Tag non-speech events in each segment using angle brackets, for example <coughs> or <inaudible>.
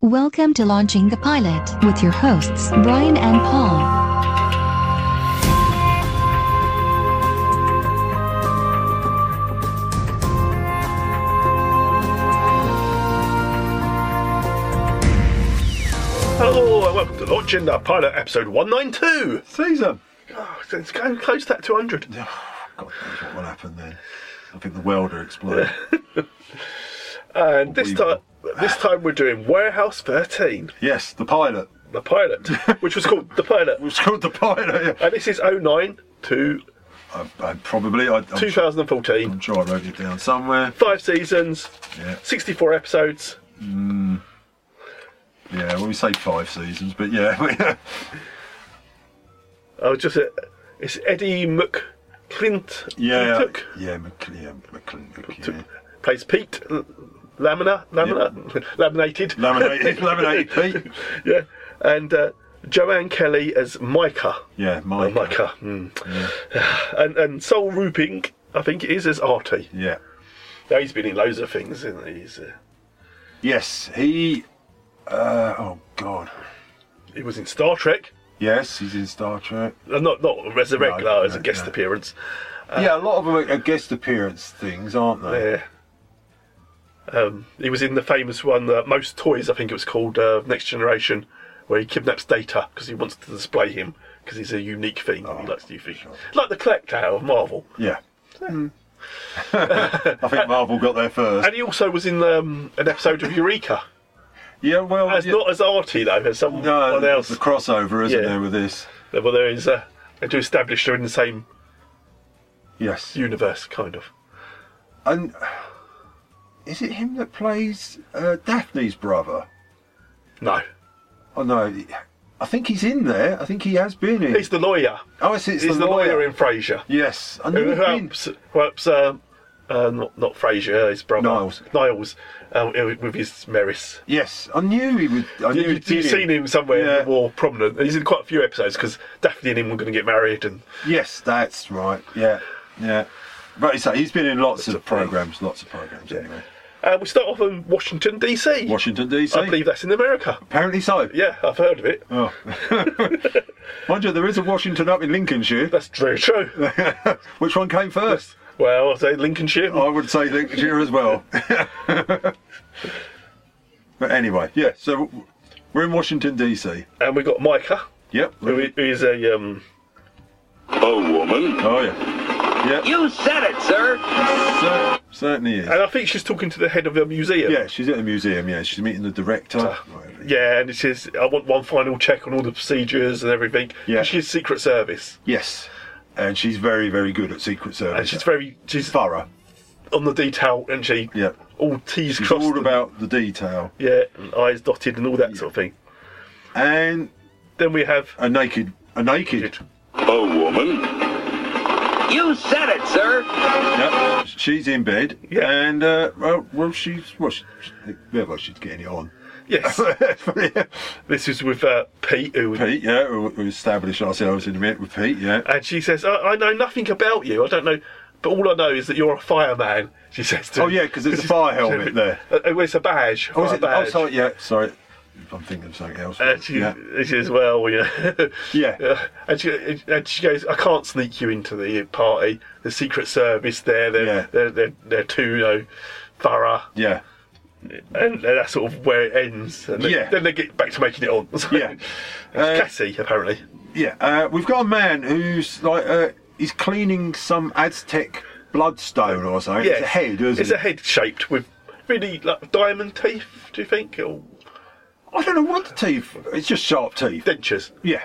Welcome to Launching the Pilot with your hosts, Brian and Paul. Hello, and welcome to Launching the Pilot, episode 192. season. Oh, it's going close to that 200. God knows what will happen then. I think the world will explode. And this time, this time we're doing Warehouse 13, yes, the pilot. the <laughs> pilot, which was called the pilot, It was called the pilot. Yeah. and this is 09 to I, I probably. I, I'm, sure, 2014. I'm sure I wrote it down somewhere. Five seasons, Yeah. 64 episodes. Yeah. Well, we say five seasons, but yeah. <laughs> I was just uh it's Eddie McClint. yeah. Clintock, Yeah. McCl- yeah. McClintock. who Yeah. plays Pete. L- Lamina, Lamina, <laughs> laminated. <laughs> Laminated, <laughs> laminated Pete. yeah, and uh, Joanne Kelly as Micah. Yeah, Oh, Mike. my car. Mm. <sighs> And and Sol Rupink, I think it is, as Artie. Yeah. Now he's been in loads of things, isn't he? He's, uh, Yes, he. Uh, oh God. he was in Star Trek. Yes, he's in Star Trek. Uh, Not not Resurrect, No, no, as a no, guest no. appearance. Uh, yeah, a lot of them are guest appearance things, aren't they? Yeah. Um, he was in the famous one, uh, Most Toys, I think it was called, uh, Next Generation, where he kidnaps Data because he wants to display him because he's a unique thing. and he Oh, likes new things. sure. Like the Collector of Marvel. Yeah. <laughs> I think Marvel got there first. Hmm. <laughs> And he also was in um, an episode of Eureka. Yeah, well, As yeah. Not as Artie, though, as someone no, else. the crossover, isn't Yeah. there, with this? Well, there is a, they do establish they're in the same Yes. universe, kind of. And is it him that plays uh, Daphne's brother? No, Oh no, I think he's in there. I think he has been in. he's the lawyer. oh, it's, it's He's the, lawyer. in Frasier. Yes, I knew Who he'd been. helps? Who helps? Uh, uh, not not Frasier, his brother Niles. Niles, uh, with his Meris. Yes, I knew he would. I knew You, he'd been have in. seen him somewhere Yeah. more prominent. He's in quite a few episodes because Daphne and him were going to get married, and Yes, that's right. Yeah, yeah. But he's, he's been in lots of programs, lots of programs. Anyway, uh, we start off in Washington D.C. Washington DC. I believe that's in America. Apparently so. Yeah, I've heard of it. Oh. Mind you, there is a Washington up <laughs> in Lincolnshire. That's very <laughs> true. Which one came first? well, I say Lincolnshire. I would say Lincolnshire <laughs> as well. but anyway, yeah, so w- we're in Washington, D.C. and we got Micah, Yep. who i- who is a um, Oh, woman. Oh, yeah. Yeah, You said it, sir. cer- certainly is. and I think she's talking to the head of the museum. Yeah, she's at the museum, yeah. She's meeting the director. Ah. Yeah, and it says, I want one final check on all the procedures and everything. Yeah. She's Secret Service. Yes. And she's very, very good at Secret Service. And she's very, she's thorough. on the detail, and she Yeah. all T's She's crossed. all and- about the detail. yeah, and I's dotted and all that sort of thing. And Then we have, a naked. A naked. Oh, woman. You said it, sir. Yep. She's in bed. Yeah. And, uh, well, well, she's. Well, she, yeah, well, she's getting it on. <laughs> yes, <laughs> this is with uh, Pete, who, Pete, yeah, we'll, we'll establish ourselves in a minute with Pete, yeah. and she says, I, I know nothing about you. I don't know, but all I know is that you're a fireman, she says to Oh, him. yeah, 'cause <laughs> there's a fire helmet there. Uh, oh, it's a badge. Oh, is fire it? Oh, badge. sorry, yeah, sorry. I'm thinking of something else. And she, yeah. she says, "Well, <laughs> yeah, Yeah. uh, And she, and she goes, "I can't sneak you into the party. The Secret Service there, they're Yeah. they're, they're, they're too you know, thorough." yeah. And that's sort of where it ends. And then, Yeah. then they get back to making it on. <laughs> So Yeah. it's Uh, Cassie apparently. Yeah, uh, we've got a man who's like, uh, he's cleaning some Aztec bloodstone or something. It's a head, isn't it's it? a head shaped with really like diamond teeth. Do you think or I don't know what the teeth. It's just sharp teeth. dentures? Yeah.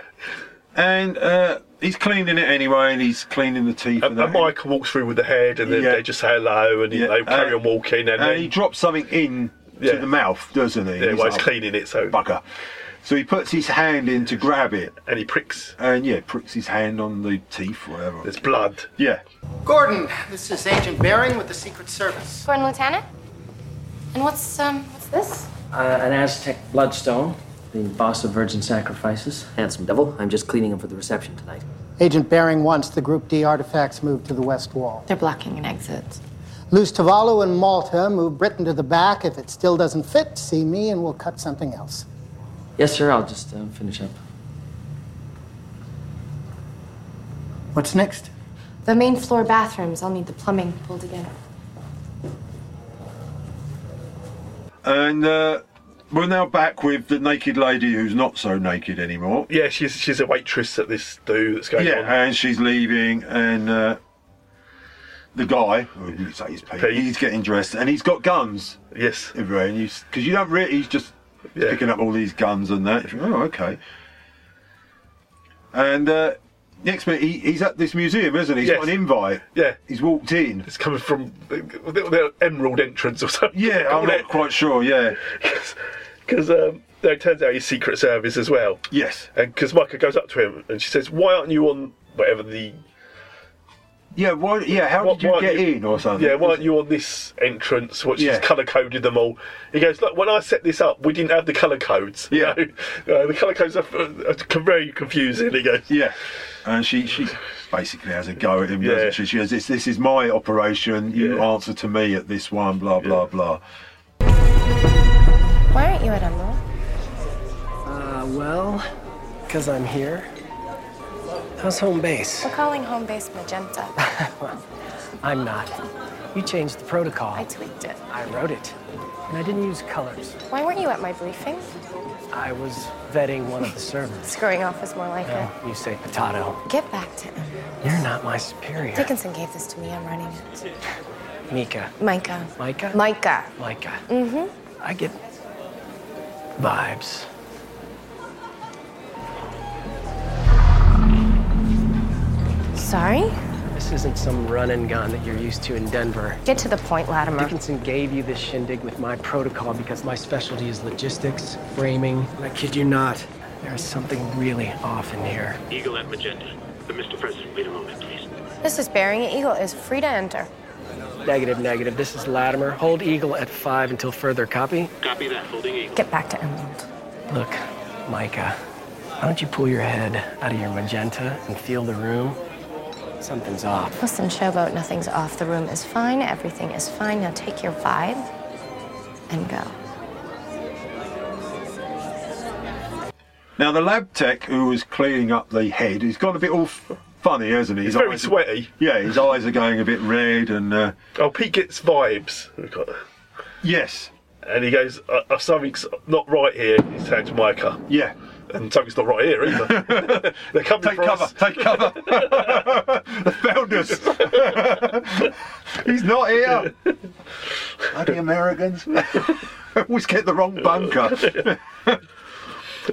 And uh, he's cleaning it anyway, and he's cleaning the teeth. And, that. and Michael walks through with the head, and then Yeah. they just say hello, and Yeah. they carry Uh, on walking, and, And then he drops something in Yeah. to the mouth, doesn't he? yeah, well, he's like, cleaning it, so Bugger. So he puts his hand in to grab it, and he pricks. and yeah, pricks his hand on the teeth, whatever. There's blood. Yeah. Gordon, this is Agent Baring with the Secret Service. Gordon Lieutenant? And what's um what's this? Uh, an Aztec bloodstone, the boss of virgin sacrifices. Handsome devil. I'm just cleaning him for the reception tonight. Agent Baring wants the Group D artifacts moved to the West Wall. They're blocking an exit. Lose Tuvalu and Malta, move Britain to the back. If it still doesn't fit, see me and we'll cut something else. Yes, sir. I'll just uh, finish up. What's next? The main floor bathrooms, I'll need the plumbing pulled again. And uh, we're now back with the naked lady who's not so naked anymore. Yeah, she's she's a waitress at this do that's going Yeah, on. and she's leaving, and uh, the guy, who you say he's Pete, Pete. he's getting dressed, and he's got guns yes. everywhere, and because you, don't really, he's just Yeah. picking up all these guns and that. You think, Oh, okay. And uh, next minute, he, he's at this museum, isn't he? He's got Yes. an invite. Yeah. He's walked in. It's coming from the, the, the Emerald entrance or something. Yeah, I'm not quite sure. Yeah. Because um, no, it turns out he's Secret Service as well. Yes. And because Micah goes up to him and she says, "Why aren't you on whatever the Yeah. Why? Yeah. How Why- did you why get aren't you- in or something? Yeah, why aren't you on this entrance? Which Oh, Yeah. she's colour coded them all. He goes, look, when I set this up, we didn't have the colour codes. you Yeah. know. <laughs> Uh, the colour codes are, are very confusing. He goes, Yeah. And she she basically has a go at him, Yeah. doesn't she? She goes, this, this is my operation. You Yeah. answer to me at this one, blah, blah, blah. Why aren't you at Emerald? Uh, well, because I'm here. How's home base? We're calling home base magenta. I'm not. You changed the protocol. I I, tweaked it. wrote it. And I didn't use colors. Why weren't you at my briefing? I was vetting one of the <laughs> servants. Screwing off is more like No, you say potato. it. Get back to him. You're not my superior. Dickinson gave this to me. I'm running it. Mika. Micah. Micah? Micah. Micah. Mm-hmm. I get vibes. Sorry? This isn't some run and gun that you're used to in Denver. Get to the point, Latimer. Dickinson gave you this shindig with my protocol because my specialty is logistics, framing. and I kid you not, there's something really off in here. Eagle at Magenta. But Mr. President, wait a moment, please. This is Bering Eagle is free to enter. Negative, negative. This is Latimer. Hold Eagle at five until further copy. Copy that, holding Eagle. Get back to Emerald. Look, Micah, why don't you pull your head out of your magenta and feel the room? Something's off. Listen, showboat, nothing's off. The room is fine. Everything is fine. Now take your vibe and go. Now, the lab tech who was cleaning up the head, he's gone a bit all f- funny, hasn't he? His "It's very eyes- sweaty." Yeah, his eyes are going a bit red and, uh, Oh, Pete gets vibes. We've got- yes, And he goes, uh, uh, something's not right here. He's saying to Micah, yeah. and something's not right here either. <laughs> They're coming Take for cover, us. <laughs> take cover. they found us. he's not here. Bloody Americans. <laughs> Always get the wrong bunker.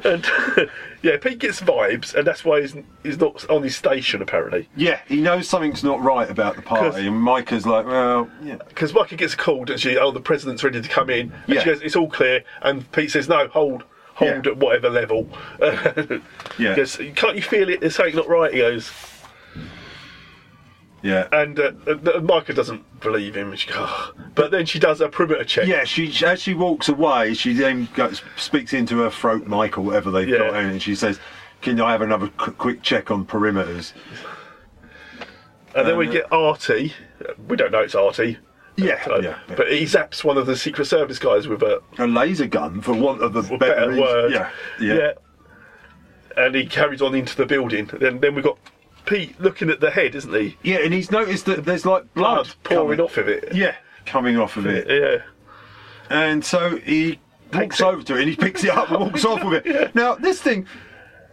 And <laughs> yeah, Pete gets vibes, and that's why he's, he's not on his station apparently. Yeah, he knows something's not right about the 'Cause- party, and Micah's like, well, yeah. because Micah gets called and she, oh, the president's ready to come in. And Yeah. she goes, it's all clear. And Pete says, no, hold, hold Yeah. at whatever level. <laughs> Yeah. Because can't you feel it? There's something not right. He goes, Yeah. and uh, uh, Micah doesn't believe him. And she goes, "Ugh." but then she does a perimeter check. <laughs> yeah, she as she walks away, she then goes, speaks into her throat mic or whatever they've Yeah. got, in, and she says, "Can I have another qu- quick check on perimeters?" And then we Uh, get Artie. We don't know it's Artie. Yeah, So- yeah, yeah. But he zaps one of the Secret Service guys with a a laser gun, for want of a better, better reason. word. Yeah, yeah, Yeah. And he carries on into the building. Then, then we've got Pete looking at the head, isn't he? Yeah, And he's noticed that there's like blood, Blood pouring coming- off of it. <laughs> Yeah, coming off of it. Yeah. and so he Takes walks it. over to it and he picks it up and walks off <laughs> with it. Now this thing,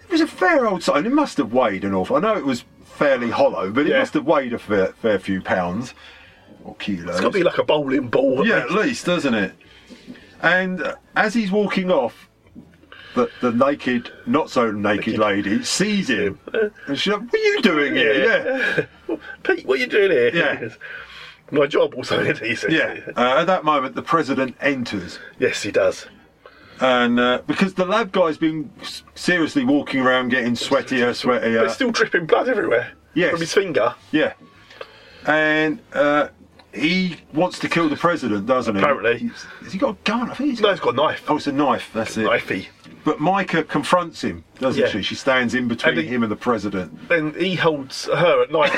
it was a fair old sign. It must have weighed an awful. I know it was fairly hollow, but it Yeah. must have weighed a fair, fair few pounds or kilos. It's got to be like a bowling ball. yeah, at least, doesn't it? And uh, as he's walking off. The, the naked, not so naked lady sees him, and she's like, "What are you doing here?" Yeah, Pete, what are you doing here? Yeah. He goes, <laughs> My job also, he says. yeah. Uh, at that moment, the president enters, Yes, he does. and uh, because the lab guy's been s- seriously walking around getting sweatier, sweatier. There's still dripping blood everywhere. Uh, Yes. From his finger. Yeah. And uh, he wants to kill the president, doesn't he? Apparently. He's- Has he got a gun? I think he's No, he's got a knife. Oh, it's a knife, that's it. Knifey. But Micah confronts him, doesn't Yeah. she? She stands in between And he- him and the <coughs> president. Then he holds her at knife,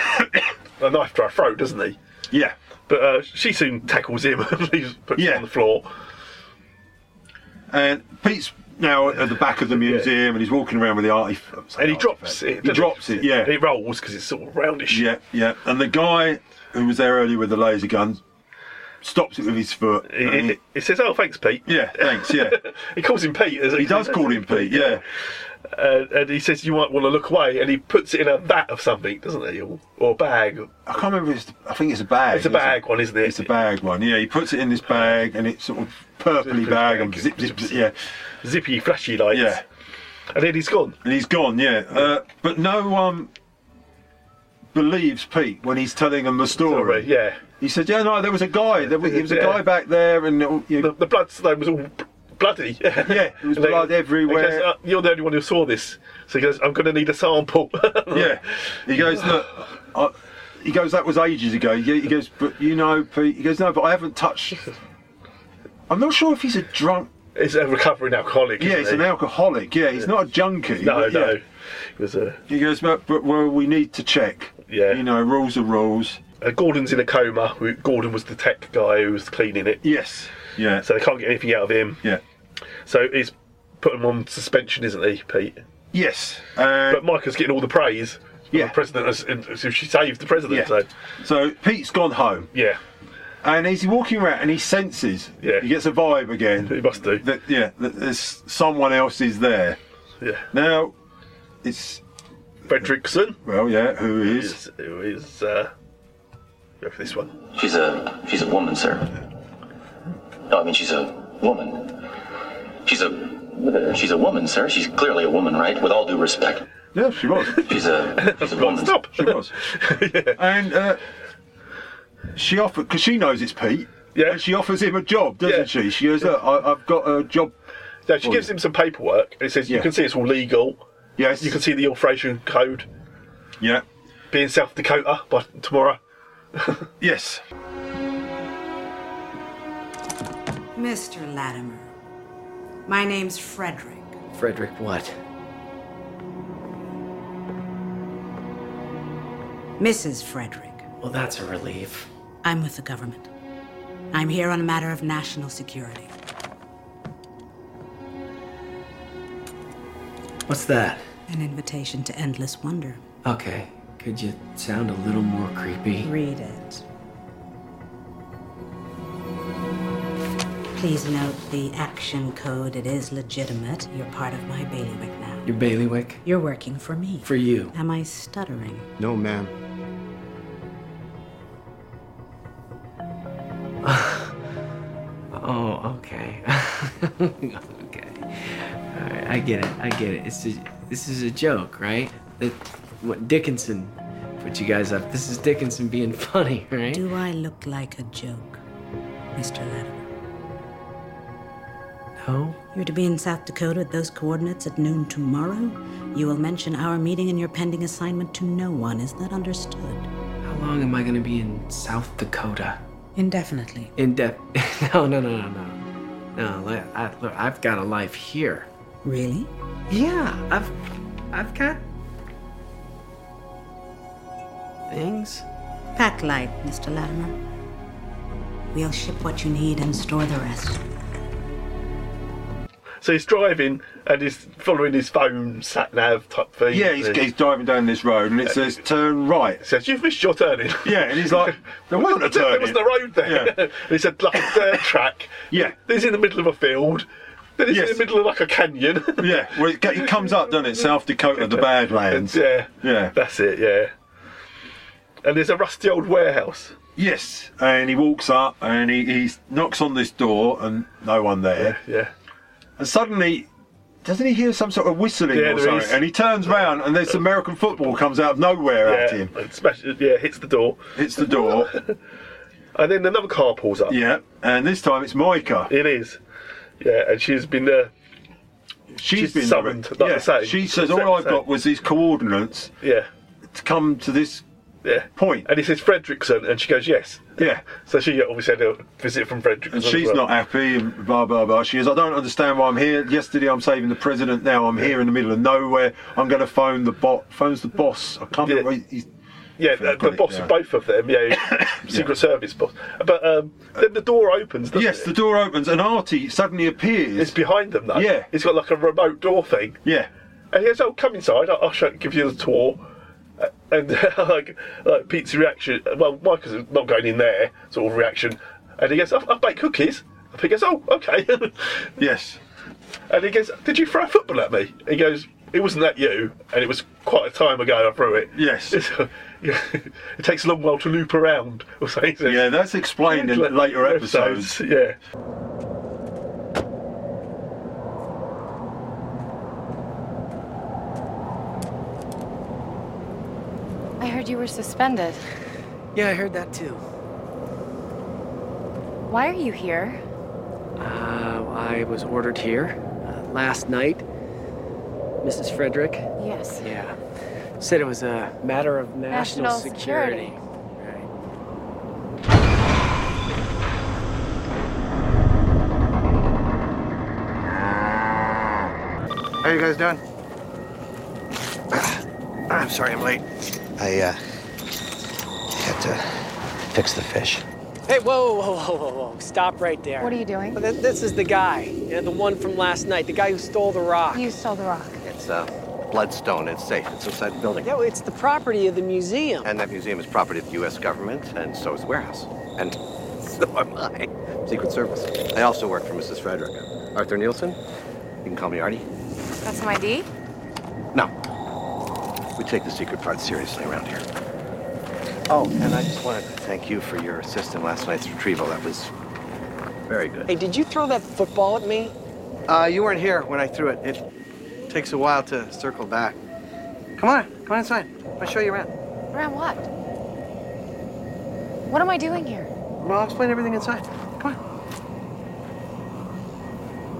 a knife to her throat, doesn't he? Yeah. But uh, she soon tackles him <laughs> and leaves, puts him on the floor. And Pete's now at the back <laughs> of the museum and he's walking around with the artifact. And he drops it. He doesn't drops it, yeah. And it rolls because it's sort of roundish. Yeah, yeah. And the guy who was there earlier with the laser gun stops it with his foot. He, he, he says, "Oh, thanks, Pete." Yeah, thanks. Yeah, <laughs> he calls him Pete. As He does call him Pete, yeah. Uh, and he says, "You might want to look away," and he puts it in a vat of something, doesn't he, or, or a bag? I can't remember. If it's, I think it's a bag. It's a bag one, isn't it? It's a bag one. Yeah, he puts it in this bag and it's sort of purpley bag and zip, zip, zip, yeah, zippy, flashy lights. Yeah, and then he's gone. And he's gone. Yeah, Uh, but no one believes Pete when he's telling them the story. yeah. He said, "Yeah, no, there was a guy. There was, there was a guy back there, and it, you the, the blood stain was all bloody. Yeah, it <laughs> was blood everywhere. He goes, "Uh, You're the only one who saw this, so he goes, "I'm going to need a sample." <laughs> yeah. He goes, look, I, he goes, that was ages ago. He he goes, but you know, Pete, he goes, no, but I haven't touched. I'm not sure if he's a drunk. It's a recovering alcoholic. Yeah, isn't he's he? an alcoholic. Yeah, he's not a junkie. No, but yeah. no. He was a He goes, but, but well, we need to check. Yeah. You know, rules are rules. Uh, Gordon's in a coma. who- Gordon was the tech guy who was cleaning it. Yes. Yeah. So they can't get anything out of him. Yeah. So he's put him on suspension, isn't he, Pete? Yes. Uh, but Micah's getting all the praise. Yeah. The president, has- and so she saved the president. Yeah. So So Pete's gone home. yeah, And he's walking around and he senses. Yeah. He gets a vibe again. he must do. That, yeah, that there's someone else is there. Yeah. Now, it's. Fredrickson Well, yeah, who is. is who is uh, go for this one. She's a she's a woman, sir. No, I mean she's a woman. She's a she's a woman, sir. She's clearly a woman, right? With all due respect, Yeah, she was. she's a <laughs> she's a woman. Stop. She was. And uh, she offered, because she knows it's Pete, Yeah. and she offers him a job, doesn't Yeah. she? She goes, Look, I, I've got a job. No, she for gives you." him some paperwork and it says you Yeah. can see it's all legal. Yes. You can see the Australian code Yeah. being South Dakota by tomorrow. Yes. Mr. Latimer, my name's Frederick. Frederick, what? Mrs. Frederick, Well, that's a relief. I'm with the government. I'm here on a matter of national security. What's that? An invitation to endless wonder. Okay. Could you sound a little more creepy? Read it. Please note the action code. It is legitimate. You're part of my bailiwick now. Your bailiwick? You're working for me. For you. Am I stuttering? No, ma'am. oh, okay. okay. All right, I get it. I get it. It's a, this is a joke, right? That what Dickinson put you guys up. This is Dickinson being funny, right? Do I look like a joke, Mr. Latimer? No. You're to be in South Dakota at those coordinates at noon tomorrow. You will mention our meeting and your pending assignment to no one. Is that understood? How long am I gonna be in South Dakota? Indefinitely. In <laughs> depth? no, no, no, no, no. No, li- I, look, I've got a life here. Really? Yeah, I've I've got things. Pack light, Mr. Latimer. We'll ship what you need and store the rest. So he's driving and he's following his phone sat nav type thing. Yeah, he's, And he he's driving down this road and it says, turn right. says you've missed your turning. Yeah, and <laughs> he's like, there wasn't a There turn. was the road there. <laughs> Yeah. and he said like a dirt <laughs> track. Yeah. He's in the middle of a field. Then he's in Yes. the middle of like a <laughs> canyon. <laughs> Yeah, well, it, it comes up, doesn't it? South Dakota, the <laughs> Badlands. yeah. Yeah. That's it. Yeah. And there's a rusty old warehouse. Yes. And he walks up and he, he knocks on this door and no one there. Yeah. And suddenly, doesn't he hear some sort of whistling Yeah, or there something? is. And he turns round and this American football comes out of nowhere at yeah. him. and smash- yeah. Hits the door. Hits <laughs> the door. And then another car pulls up. yeah. And this time it's Micah. It is. Yeah. And she's been uh, there. she's she's been summoned, like I say. She says, Exactly all I've the got same. was these coordinates Yeah. to come to this Yeah. point. And he says Fredrickson, and she goes yes. Yeah. So she obviously had a visit from Fredrickson. And as she's well. not happy, and blah, blah, blah. She goes, I don't understand why I'm here. Yesterday I'm saving the president, now I'm here in the middle of nowhere. I'm going to phone the bot. Phones the boss. I can't Yeah. remember. He's, Yeah, think the, I've the got it, boss yeah. of both of them. <coughs> Yeah, Secret Service boss. But um, then the door opens. Doesn't Yes, the door opens and Artie suddenly appears. It's behind them though. Yeah. it's got like a remote door thing. Yeah. And he goes, "Oh, come inside. I'll, I'll show, give you the tour." Uh, And <laughs> like, like Pete's reaction, well, Michael's not going in there sort of reaction. And he goes, "I, I bake cookies." And he goes, "Oh, okay." <laughs> yes. And he goes, "Did you throw a football at me?" He goes, "It wasn't at you, and it was quite a time ago I threw it." <laughs> Yes. it takes a long while to loop around. Or something. Yeah, that's explained in later episodes. Yeah. I heard you were suspended. Yeah, I heard that too. Why are you here? Uh, I was ordered here uh, last night. Mrs. Frederick? Yes. Yeah. Said it was a matter of national, National security. security. How you guys doing? I'm sorry I'm late. I, uh, had to fix the fish. Hey, whoa, whoa, whoa, whoa, whoa. Stop right there. What are you doing? This is the guy, you know, the one from last night, the guy who stole the rock. You stole the rock. It's, uh, bloodstone. It's safe. It's inside the building. Yeah, well, it's the property of the museum. And that museum is property of the U.S. government, and so is the warehouse. And <laughs> so am I. Secret Service. I also work for Mrs. Frederick. Arthur Nielsen? You can call me Artie. That's some ID? No. We take the secret part seriously around here. Oh, and I just wanted to thank you for your assist in last night's retrieval. That was very good. Hey, did you throw that football at me? Uh, you weren't here when I threw it. It takes a while to circle back. Come on, come on inside. I'll show you around. Around what? What am I doing here? Well, I'll explain everything inside. Come on.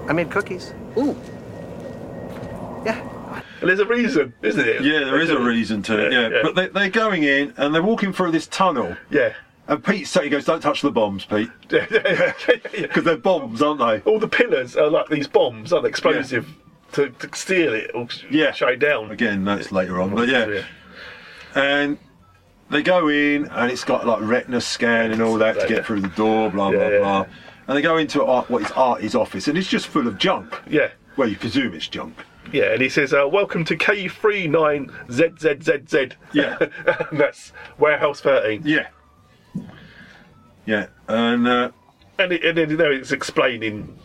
I made cookies. Ooh. And there's a reason, isn't it? Yeah, there is a reason to it. Yeah, but they, they're going in and they're walking through this tunnel. Yeah. <laughs> And Pete so he goes, "Don't touch the bombs, Pete." Because they're bombs, aren't they? All the pillars are like these bombs, aren't they? Explosive to, to steal it or yeah. shut it down. Again, that's later on, but yeah. And they go in and it's got like retina scan and all that to get through the door, blah blah blah. And they go into art, what is Artie's office, and it's just full of junk. Yeah. Well, you presume it's junk. Yeah, and he says, uh, "Welcome to K39ZZZZ." Yeah, <laughs> and that's Warehouse 13. Yeah, yeah, and uh, and, it, and then there it's explaining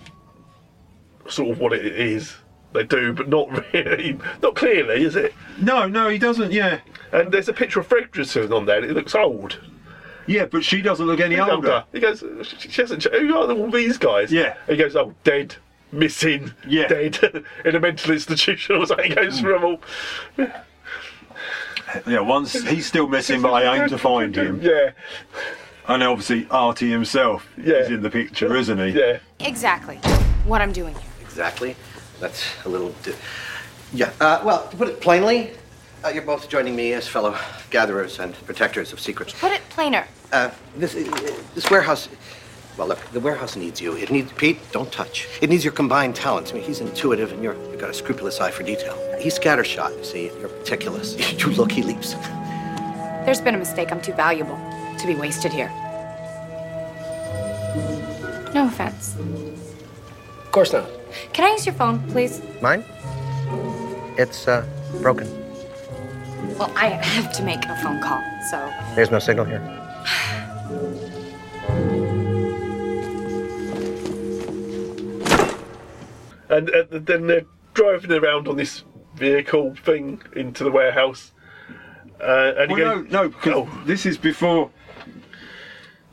sort of what it is they do, but not <laughs> really, not clearly, is it? No, no, he doesn't. Yeah, and there's a picture of Fredrickson on there. and It looks old. Yeah, but she doesn't look any older. He goes, she she hasn't. ch- Who are all these guys? Yeah. He goes, oh, dead, missing, yeah. dead <laughs> in a mental institution <laughs> or something. He goes from all. yeah. Once he's still missing, but I aim to find him. Yeah. And obviously, Artie himself is in the picture, isn't he? Yeah. Exactly. What I'm doing here. Exactly. That's a little. Di- yeah. Uh, well, to put it plainly, uh, you're both joining me as fellow gatherers and protectors of secrets. Put it plainer. Uh, this, uh, this warehouse. Well, look, the warehouse needs you. It needs Pete. Don't touch. It needs your combined talents. I mean, he's intuitive, and you're, you've got a scrupulous eye for detail. He's scattershot. You see, you're meticulous. <laughs> you look, he leaps. There's been a mistake. I'm too valuable to be wasted here. No offense. Of course not. Can I use your phone, please? Mine? It's uh, broken. Well, I have to make a phone call, so. There's no signal here. And uh, then they're driving around on this vehicle thing into the warehouse. Uh, and he Well, goes, "Oh." no, no, because this is before.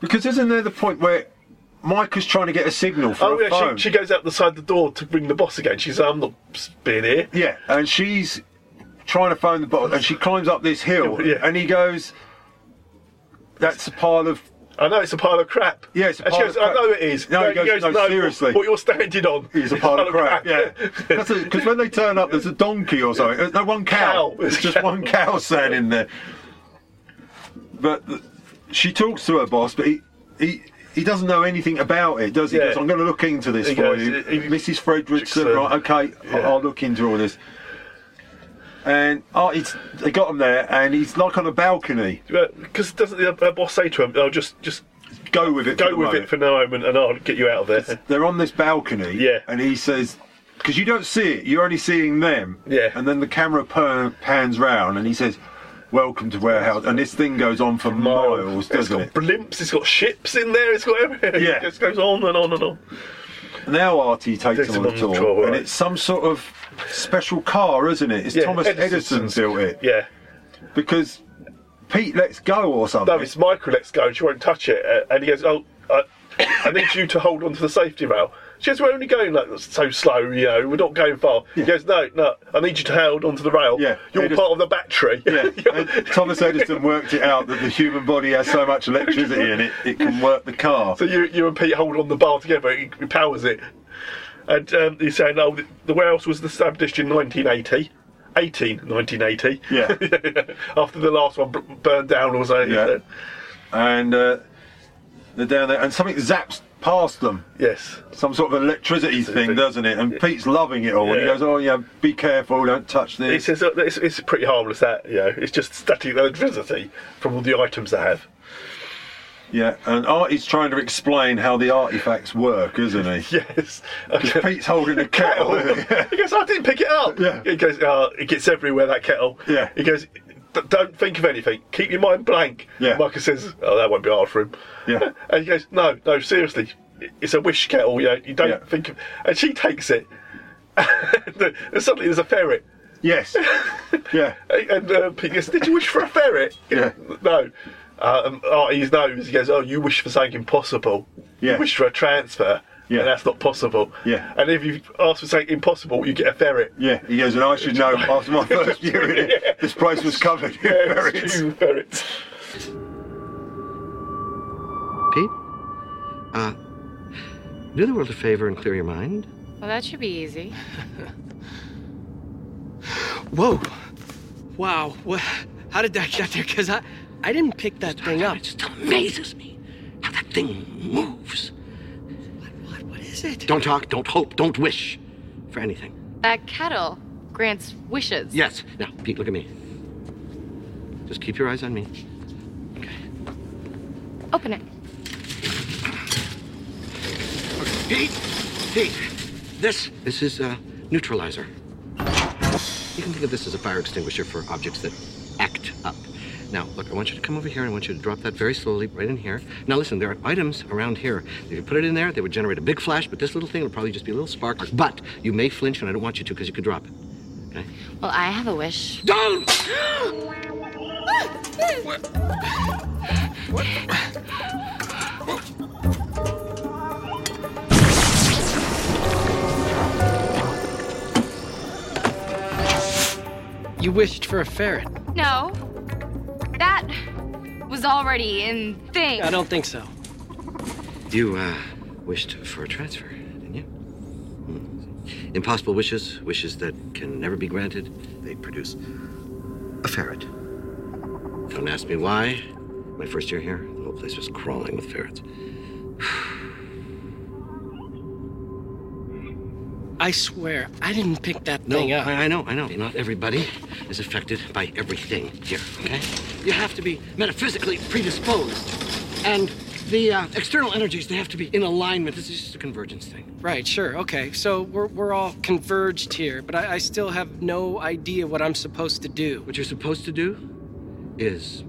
Because isn't there the point where Mike is trying to get a signal for Oh a yeah, phone? she, she goes out the side the door to bring the boss again. She's I'm not being here. Yeah, and she's trying to phone the bot, and she climbs up <laughs> this hill, and he goes, "That's a pile of." I know it's a pile of crap. Yeah, it's a And pile she of goes, crap. I know it is. No, he goes, "No, what- seriously." What you're standing on It's <laughs> a pile of crap. Yeah, <laughs> because when they turn up, there's a donkey or something. There's no one cow. Cow. There's <laughs> just one cow standing there. But th- she talks to her boss, but he he, he doesn't know anything about it, does he? Yeah. He goes, I'm going to look into this He for goes, you, uh, he- Mrs. Frederickson. Right, okay, I- Yeah. I'll look into all this. And oh, it's, they got him there, and he's like on a balcony. Because doesn't the uh, boss say to him, "Oh, just just go with it, go the with moment." it for the moment, and I'll get you out of there." They're on this balcony, yeah. And he says, because you don't see it, you're only seeing them. Yeah. And then the camera per- pans round, and he says, "Welcome to warehouse." And this thing goes on for miles, It's doesn't got it? blimps, it's got ships in there, it's got everything. Yeah. It just goes on and on and on. Now Artie takes Takes him on him a tour, and right. it's some sort of special car, isn't it? It's Yeah, Thomas Edison Edison's. built it. Yeah. Because Pete lets go or something. No, it's Michael, let's go, and she won't touch it. Uh, And he goes, Oh, I, I need you to hold on to the safety rail. She goes, We're only going like so slow, you know, we're not going far. He goes, No, no, I need you to hold onto the rail. Yeah. You're Edison- part of the battery. <laughs> Yeah. Thomas Edison worked it out that the human body has so much <laughs> electricity in it, it can work the <laughs> car. So you, you and Pete hold on the bar together, it it powers it. And um, he's saying, Oh, the, the warehouse was established in 1980. 18, 1980. Yeah. <laughs> After the last one b- burned down or something. Yeah. And uh, they're down there, and something zaps past them. Yes. Some sort of electricity thing, doesn't it? And Pete's loving it all. And he Yeah. goes, "Oh yeah, be careful, don't touch He this." says uh, it's, it's pretty harmless that, you know, it's just static electricity from all the items they have. <laughs> Yeah, and Artie's trying to explain how the artifacts work, <laughs> isn't he? yes. Pete's holding <laughs> a kettle. <laughs> isn't he? He goes, I didn't pick it up. Yeah. He goes, oh, it gets everywhere, that kettle. Yeah. He goes, "D- don't think of anything. Keep your mind blank. Yeah. Michael says, oh, that won't be hard for him. Yeah. <laughs> And he goes, no, no, seriously. It's a wish kettle, you know, you don't think of... And she takes it. <laughs> and suddenly there's a ferret. Yes. Yeah. and uh, Pete goes, did you wish for a ferret? Yeah. No. Um, Artie's nose, he goes, oh, you wish for something impossible. Yeah. You wish for a transfer. Yeah. And that's not possible. Yeah. And if you ask for something impossible, you get a ferret. Yeah, he goes, and I should know after my first year in it, <laughs> this place was covered in ferrets. ferrets. Pete, uh, do the world a favor and clear your mind. Well, that should be easy. Whoa! Oh, Wow! Wha How did that get there? Cause I, I didn't pick that thing up. It just amazes me how that thing moves. What, what, what is it? Don't talk, don't hope, don't wish for anything. That kettle grants wishes. Yes. Now, Pete, look at me. Just keep your eyes on me. Open it. Pete! Pete! This. This is a neutralizer. You can think of this as a fire extinguisher for objects that act up. Now, look, I want you to come over here and I want you to drop that very slowly right in here. Now, listen, there are items around here. If you put it in there, they would generate a big flash, but this little thing will probably just be a little spark. But you may flinch, and I don't want you to because you could drop it. Well, I have a wish. Don't! You wished for a ferret. No. That was already in thing. I don't think so. You, uh, wished for a transfer, didn't you? Hmm. Impossible wishes, wishes that can never be granted, they produce a ferret. Don't ask me why. My first year here, the whole place was crawling with ferrets. I swear, I didn't pick that No, thing up. I, I know, I know. Not everybody is affected by everything here, okay? You have to be metaphysically predisposed. And the uh, external energies, they have to be in alignment. This is just a convergence thing. Right, sure, okay. So we're, we're all converged here, but I, I still have no idea what I'm supposed to do. What you're supposed to do? Is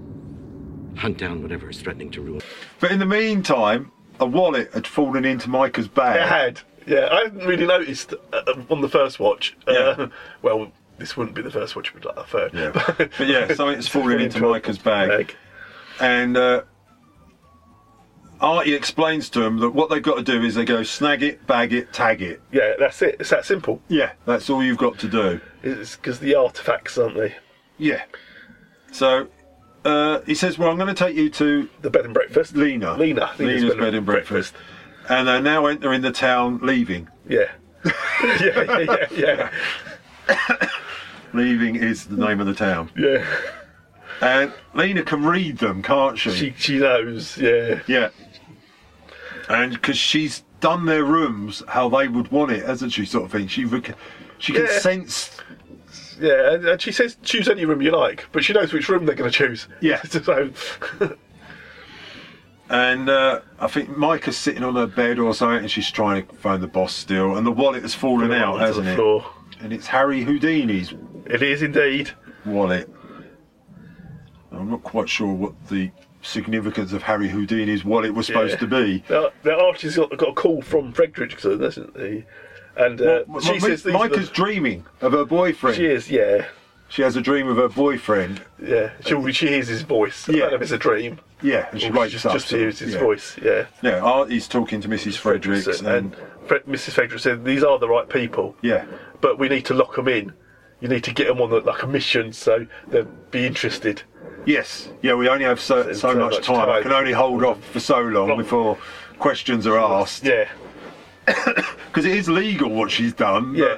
hunt down whatever is threatening to ruin. But in the meantime, a wallet had fallen into Micah's bag. It had. Yeah, I hadn't really noticed uh, on the first watch. Uh, <laughs> well, this wouldn't be the first watch, but uh, like the third. <laughs> Yeah. But yeah, something's fallen into Micah's bag. And uh, Artie explains to him that what they've got to do is they go snag it, bag it, tag it. Yeah, that's it. It's that simple. Yeah, that's all you've got to do. It's because the artifacts, aren't they? Yeah. So uh, he says, Well, I'm going to take you to the bed and breakfast. Lena. Lena, I think it's Lena's bed, and breakfast. And they're now entering the town, leaving. Yeah. <laughs> yeah, yeah, yeah, Leaving is the name of the town. yeah. And Lena can read them, can't she? She, she knows, yeah. Yeah. And because she's done their rooms how they would want it, hasn't she? Sort of thing. She rec- she can Yeah. sense yeah, and, and she says choose any room you like, but she knows which room they're going to choose. <laughs> Yeah. so And uh, I think Micah's sitting on her bed or something, and she's trying to phone the boss still. And the wallet has fallen Fallen <laughs> out, onto the hasn't it? floor. And it's Harry Houdini's. It is indeed wallet. I'm not quite sure what the significance of Harry Houdini's wallet was supposed Yeah. to be. now, now Archie's got, got a call from Fredrickson, hasn't he? And uh, Well, she Mi- says these are the- Micah's dreaming of her boyfriend. <laughs> She is, yeah. She has a dream of her boyfriend. Yeah, she, she hears his voice. Yeah, if it's a dream. Yeah, and she Or wakes just, up Just to- hears his yeah. voice. Yeah. Yeah, Artie's talking to Mrs. Fredericks, So- and and Fred, Mrs. Frederick said, "These are the right people." Yeah. But we need to lock them in. You need to get them on the, like a mission, so they'll be interested. Yes. Yeah, we only have so, so, much, much time. I time. can only hold off for so long before questions are asked. Yeah. Because it is legal what she's done. Yeah.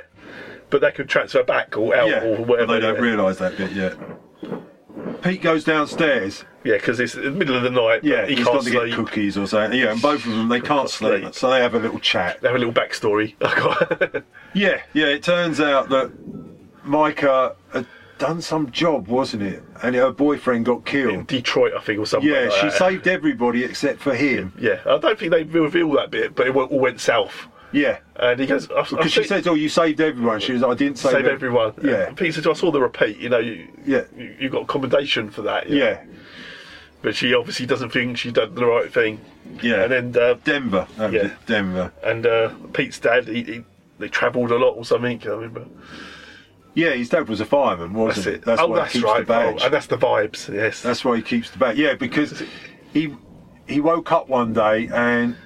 But they could transfer back or out Yeah, or whatever. they don't yeah. realise that bit yet. Pete goes downstairs. Yeah, because it's the middle of the night. Yeah, he he's can't got to get sleep. cookies or something. Yeah, and both of them they can't sleep, so they have a little chat. They have a little backstory. <laughs> yeah, yeah. It turns out that Micah had done some job, wasn't it? And her boyfriend got killed in Detroit, I think, or something. Yeah, like she that. saved everybody except for him. Yeah, I don't think they reveal that bit, but it went- all went south. Yeah, and he goes I, I because she think- says, "Oh, you saved everyone." She was, "I didn't save, save ev- everyone. Yeah, And Pete said to her, I saw the repeat. You know, you, Yeah. you, you got commendation for that. you know. yeah. But she obviously doesn't think she done the right thing. Yeah. And then uh, Denver. That was Yeah. it, Denver. And uh, Pete's dad, he, he, they travelled a lot or something. I remember. Yeah, his dad was a fireman, wasn't That's it? it. Oh, why he that's keeps right. The badge. Oh, and that's the vibes. Yes. That's why he keeps the badge. Yeah, because he he woke up one day and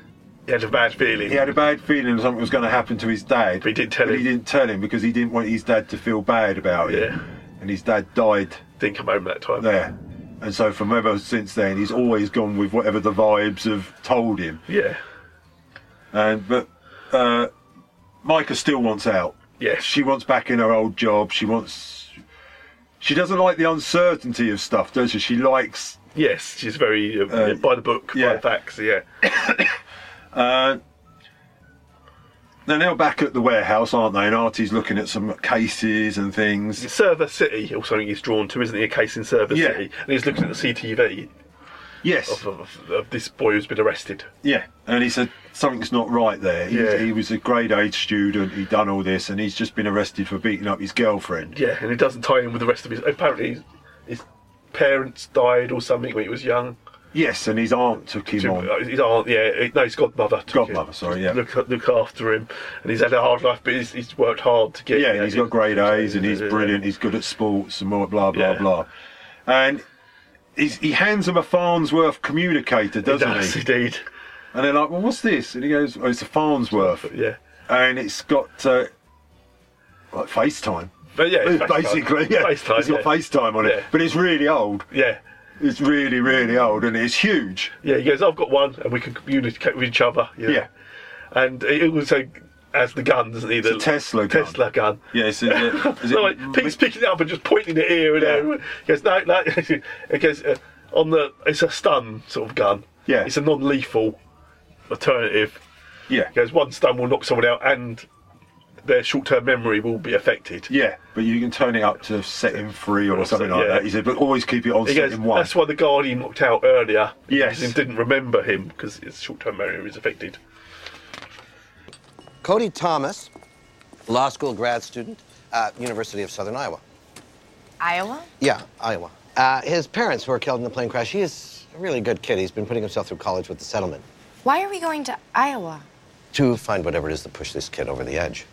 he had a bad feeling. He had a bad feeling something was going to happen to his dad. But he didn't tell him. He didn't tell him because he didn't want his dad to feel bad about it. Yeah. And his dad died. Didn't come home that time. There. And so from ever since then, he's always gone with whatever the vibes have told him. Yeah. And but uh, Micah still wants out. Yes. She wants back in her old job. She wants. She doesn't like the uncertainty of stuff, does she? She likes Yes, she's very uh, yeah, by the book, by the facts. Yeah. Uh, they're now back at the warehouse, aren't they? And Artie's looking at some cases and things. Server City or something he's drawn to, isn't he? A case in Server Yeah. City, and he's looking at the CTV. Yes. Of, of, of this boy who's been arrested. Yeah, and he said something's not right there. He, Yeah. he was a grade eight student. He'd done all this, and he's just been arrested for beating up his girlfriend. Yeah, and it doesn't tie in with the rest of his. Apparently, his, his parents died or something when he was young. Yes, and his aunt took him on. Uh, His aunt, yeah, eh, no, his godmother. Took godmother, sorry, yeah. Look, look after him, and he's had a hard life, but he's, he's worked hard to get. uh, Yeah, you and know, he's got great A's, and he's brilliant. He's good at sports and more blah blah Yeah. blah. And he's, he hands him a Farnsworth communicator, doesn't he? does, indeed. And they're like, "Well, what's this?" And he goes, "Oh, it's a Farnsworth." Yeah. And it's got uh, like FaceTime. But yeah, <laughs> it's FaceTime. basically, yeah. FaceTime, it's got yeah. FaceTime on it, Yeah. but it's really old. Yeah. It's really, really old, and it's huge. Yeah, he goes, I've got one, and we can communicate with each other. you know. Yeah. And he also has the gun, doesn't he? The It's a Tesla gun. Tesla gun. Yeah, it's a- <laughs> is it- no, wait, Pete's picking it up and just pointing it here and there. He goes, no, no. <laughs> He goes, uh, on the, it's a stun sort of gun. Yeah. It's a non lethal alternative. Yeah. He goes, one stun will knock someone out and their short term memory will be affected. Yeah, but you can turn it up to setting free or something like yeah. that. He said, but always keep it on He goes, setting one. that's why the guard he knocked out earlier. Because Yes. he didn't remember him because his short term memory was affected. Cody Thomas, law school grad student, uh, University of Southern Iowa. Iowa? Yeah, Iowa. Uh, his parents were killed in a plane crash. He is a really good kid. He's been putting himself through college with the settlement Why are we going to Iowa? to find whatever it is that pushed this kid over the edge.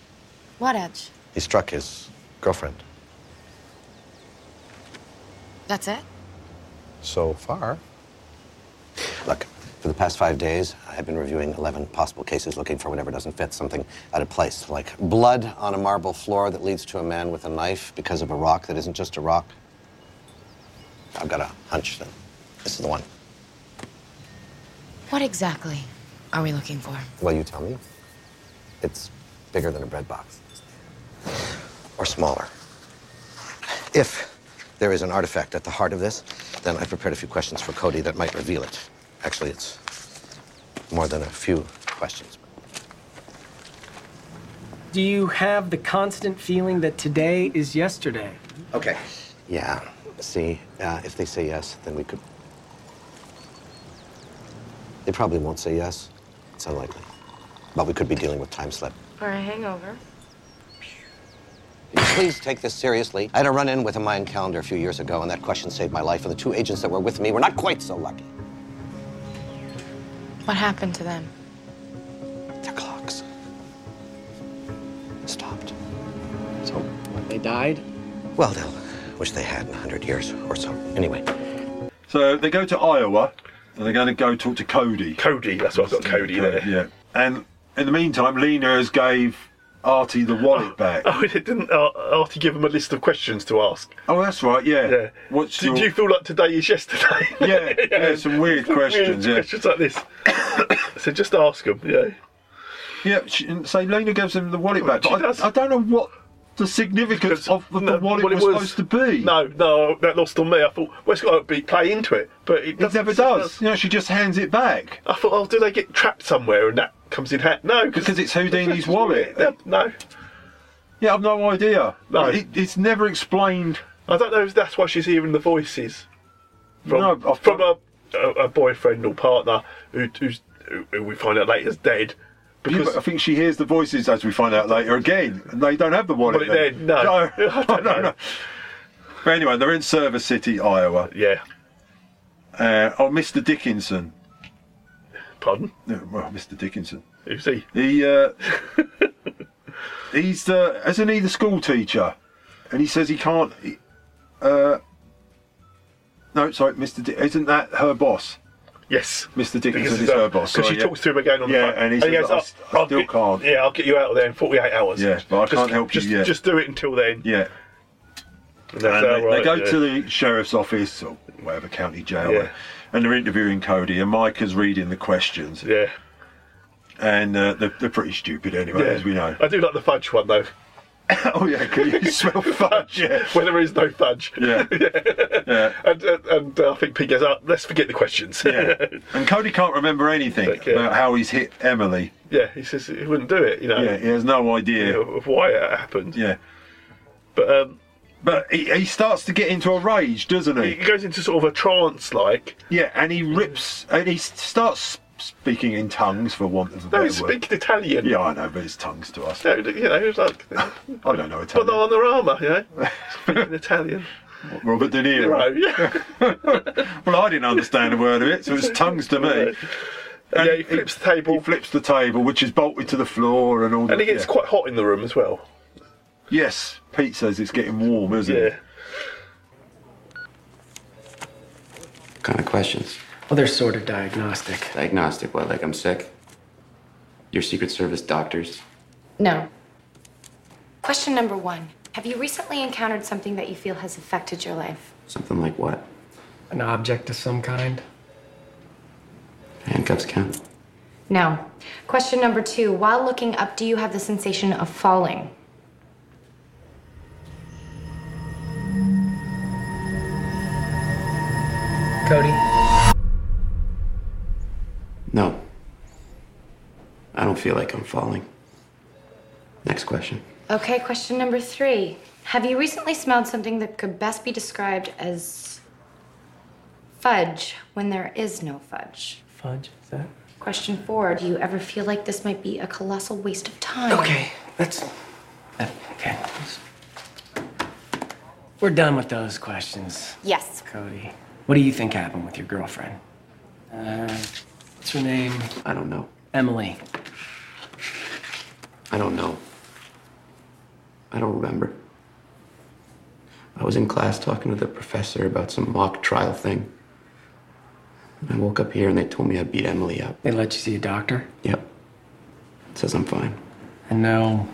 What edge? He struck his girlfriend. That's it? So far. Look, for the past five days, I have been reviewing 11 possible cases looking for whatever doesn't fit, something out of place, like blood on a marble floor that leads to a man with a knife because of a rock that isn't just a rock. I've got a hunch that this is the one. What exactly are we looking for? Well, you tell me. It's bigger than a bread box. Or smaller. If there is an artifact at the heart of this, then I've prepared a few questions for Cody that might reveal it. Actually, it's more than a few questions. do you have the constant feeling that today is yesterday? Okay. Yeah. See, uh, if they say yes, then we could. They probably won't say yes. It's unlikely. But we could be dealing with time slip. Or a hangover. Please take this seriously. I had a run in with a Mayan calendar a few years ago, and that question saved my life, and the two agents that were with me were not quite so lucky. What happened to them? Their clocks stopped. So, what, they died? Well, they'll wish they had in 100 years or so. Anyway. So they go to Iowa and they're going to go talk to Cody. Cody, that's what I've got Cody there. Yeah. And in the meantime, Lena has gave Artie the <laughs> wallet back. Oh, <laughs> it didn't Ar- Artie give him a list of questions to ask? Oh, that's right, yeah. Yeah. What's Did your- you feel like today is yesterday? <laughs> Yeah, <laughs> yeah, some weird questions, yeah. questions like this. <coughs> so just ask him, yeah. Yeah, she, and so Lena gives him the wallet back. But I, I don't know what the significance of the, the wallet was, supposed to be. No, no, that lost on me. I thought, well, it's got to be play into it, but it, it never does. Yeah, she just hands it back. I thought, oh, do they get trapped somewhere and that comes in hand? No, because it's Houdini's wallet. Yeah, no. Yeah, I've no idea. No, It- it's never explained. I don't know if that's why she's hearing the voices. From, from a, a, a boyfriend or partner who, who's, who, who we find out later is dead. Yeah, but I think she hears the voices, as we find out later again. and They don't have the wallet. Well, they- then. no. <laughs> <laughs> no, no, no, But anyway, they're in Service City, Iowa. Yeah. Uh, oh, Mr. Dickinson. Pardon? No, well, Mr. Dickinson. Who's he? He. Uh, <laughs> he's the isn't he the school teacher, and he says he can't. he- uh, no, sorry, Mr. Di- isn't that her boss? Yes, Mr. Dickinson Because is it's, uh, her boss. Because sorry, she yeah. talks to him again on yeah, the phone. and he says, "I s- I, "I'll still get- can't. Yeah, I'll get you out of there in 48 hours. Yeah, but I Just- can't help you just, yet." Just do it until then. Yeah. And And that's they, how, right, they go yeah. to the sheriff's office or whatever county jail, Yeah. and they're interviewing Cody, and Micah's reading the questions. Yeah. And uh, they're, they're pretty stupid anyway, Yeah. as we know. I do like the fudge one though. oh yeah, can you smell fudge? <laughs> <laughs> Yeah. when there is no fudge. Yeah. yeah. And, uh, and uh, I think Pete goes, oh, let's forget the questions. Yeah. And Cody can't remember anything Okay. about how he's hit Emily. <laughs> Yeah, he says he wouldn't do it, you know. Yeah, he has no idea. you know, of why it happened. Yeah. But um, but he, he starts to get into a rage, doesn't he? He goes into sort of a trance like. Yeah, and he rips and he s- starts speaking in tongues for want of a No, better "Oh, he's word. speaking Italian. <laughs> Yeah, I know, but it's tongues to us. So, you know, it's <laughs> like I don't know Italian. banana rama, you know, <laughs> speaking Italian. Robert De Niro. Nero, yeah. Well, I didn't understand a word of it, so it's tongues <laughs> to me. <laughs> And yeah, he flips the table. He flips the table, which is bolted to the floor and all that. And it gets quite hot in the room as well. Yes, Pete says it's getting warm, isn't it? What kind of questions? Well, they're sort of diagnostic. Diagnostic, what? Like I'm sick? Your Secret Service doctors? No. Question number one Have you recently encountered something that you feel has affected your life? Something like what? An object of some kind? Handcuffs count? No. Question number two While looking up, do you have the sensation of falling? Cody? No. I don't feel like I'm falling. Next question. Okay, question number three Have you recently smelled something that could best be described as fudge when there is no fudge? Fudge, is that? Question four Do you ever feel like this might be a colossal waste of time? Okay. That's. uh, Okay. We're done with those questions. Yes. Cody, what do you think happened with your girlfriend? Uh, what's her name? I don't know. Emily. I don't know. I don't remember. I was in class talking to the professor about some mock trial thing. And I woke up here and they told me I beat Emily up. They let you see a doctor? Yep. It says I'm fine. And no.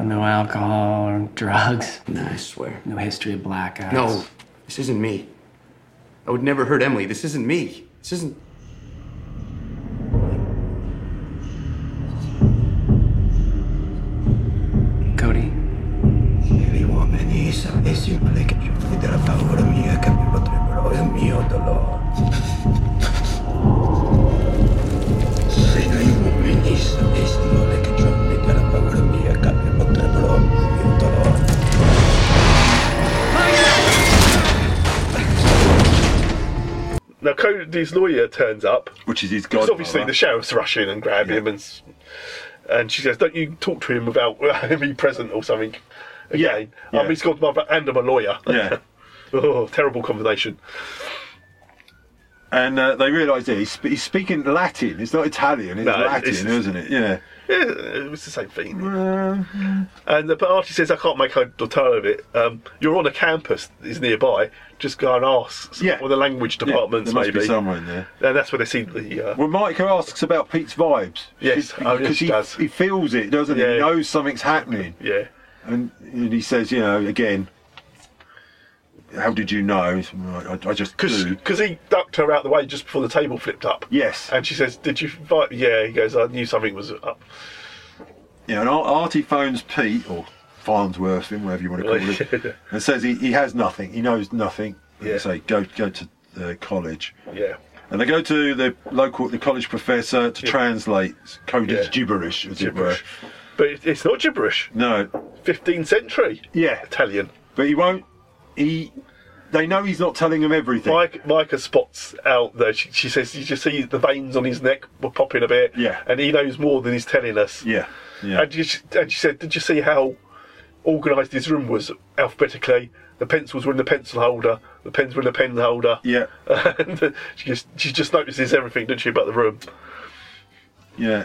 No alcohol or drugs? No, I swear. No history of blackouts? No, this isn't me. I would never hurt Emily. This isn't me. This isn't. Cody? Vivo a Venisa e si vuole che io fui della paura mia che mi potrebbero il mio dolore. Se non vivo a Venisa e si vuole che io fui della paura mia his lawyer turns up, which is his because godmother. obviously the sheriff's rushing and grab him, and s- and she says, "Don't you talk to <laughs> him without me present or something." Again, I'm his godmother and I'm a lawyer. Yeah. <laughs> oh, terrible combination. And uh, they realise that he's, sp- he's speaking Latin. It's not Italian. It's No, Latin, it's- isn't it? Yeah. Yeah, it was the same thing. Mm-hmm. And the, but Archie says, I can't make head or tail of it. Um, you're on a campus that is nearby. Just go and ask. Yeah. Or the language Yeah, departments, there must maybe. be somewhere in there. And that's where they see the. Uh, Well, Micah asks about Pete's vibes. Yes, oh, yes, because he he, does. he feels it, doesn't he? He knows something's happening. Yeah. And, and he says, you know, again, how did you know? He said, "Well, I, I just knew. because he ducked her out the way just before the table flipped up. Hmm. Yes. And she says, Did you fight? Yeah, he goes, I knew something was up. Yeah, and Ar- Artie phones Pete or Farnsworth, him, whatever you want to call it, and says he, he has nothing. He knows nothing. And Yeah. They say go go to uh, college, Yeah. and they go to the local the college professor to translate coded Yeah. gibberish, as Gibberish. But it- it's not gibberish. it were. No, 15th century. Yeah. Italian. But he won't. He. They know he's not telling them everything. Mike, Micah spots out though. She, she says, "You just see the veins on his neck were popping a bit." Yeah. And he knows more than he's telling us. Yeah. Yeah. And, she, and she said, "Did you see how organised his room was alphabetically? The pencils were in the pencil holder. The pens were in the pen holder." Yeah. <laughs> And she just she just notices everything, doesn't she, about the room? Yeah.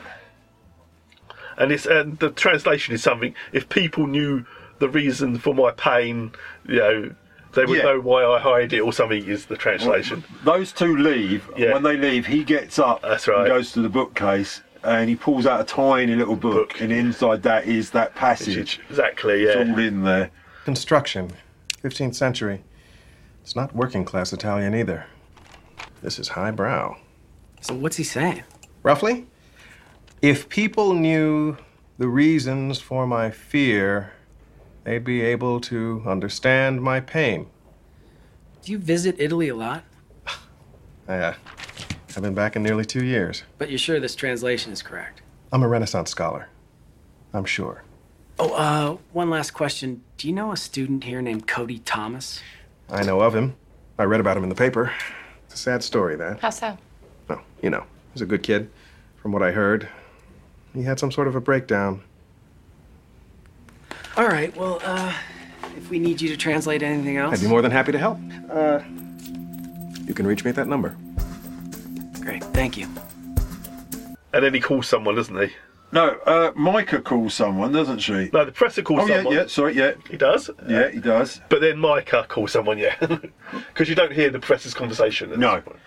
And it's and the translation is something. If people knew the reason for my pain, you know, they would Yeah. know why I hide it or something. Is the translation? Those two leave. and When they leave, he gets up. That's right. And goes to the bookcase and he pulls out a tiny little book, and inside that is that passage. Exactly. Yeah. It's all in there. Construction, 15th century. It's not working class Italian either. This is highbrow. So what's he saying? Roughly? If people knew the reasons for my fear, they'd be able to understand my pain. Do you visit Italy a lot? I, uh, I've been back in nearly two years. But you're sure this translation is correct? I'm a Renaissance scholar. I'm sure. Oh, uh, one last question. Do you know a student here named Cody Thomas? I know of him. I read about him in the paper. It's a sad story, that. How so? Well, you know, he's a good kid, from what I heard. He had some sort of a breakdown. All right. Well, uh, if we need you to translate anything else, I'd be more than happy to help. Uh, you can reach me at that number. Great. Thank you. And then he calls someone, doesn't he? No, uh, Micah calls someone, doesn't she? No, the presser calls oh, someone. yeah, yeah, sorry, yeah. He does. Yeah, he does. But then Micah calls someone, yeah, <laughs> because you don't hear the professor's conversation. at No. this point.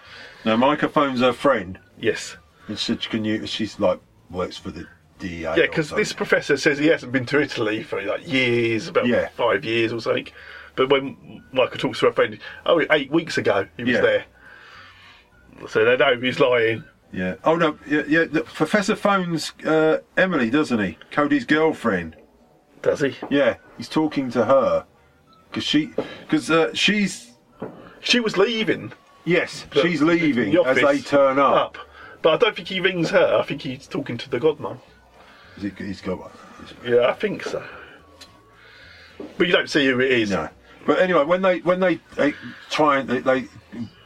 No, Micah phones her friend. Yes. And said, can you, she's like, works for the DA. yeah, or because something. this professor says he hasn't been to Italy for like years, about Yeah. five years or something. But when Micah talks to her friend, oh, eight weeks ago he was Yeah. there. So they know he's lying. Yeah. Oh no. Yeah. yeah the professor phones uh, Emily, doesn't he? Cody's girlfriend. Does he? Yeah. He's talking to her because she because uh, she's she was leaving. Yes, The- she's leaving the as they office turn up. But I don't think he rings her. I think he's talking to the godmother. Is he, he's got one. Yeah, I think so. But you don't see who it is. No. But anyway, when they when they, they try and they, they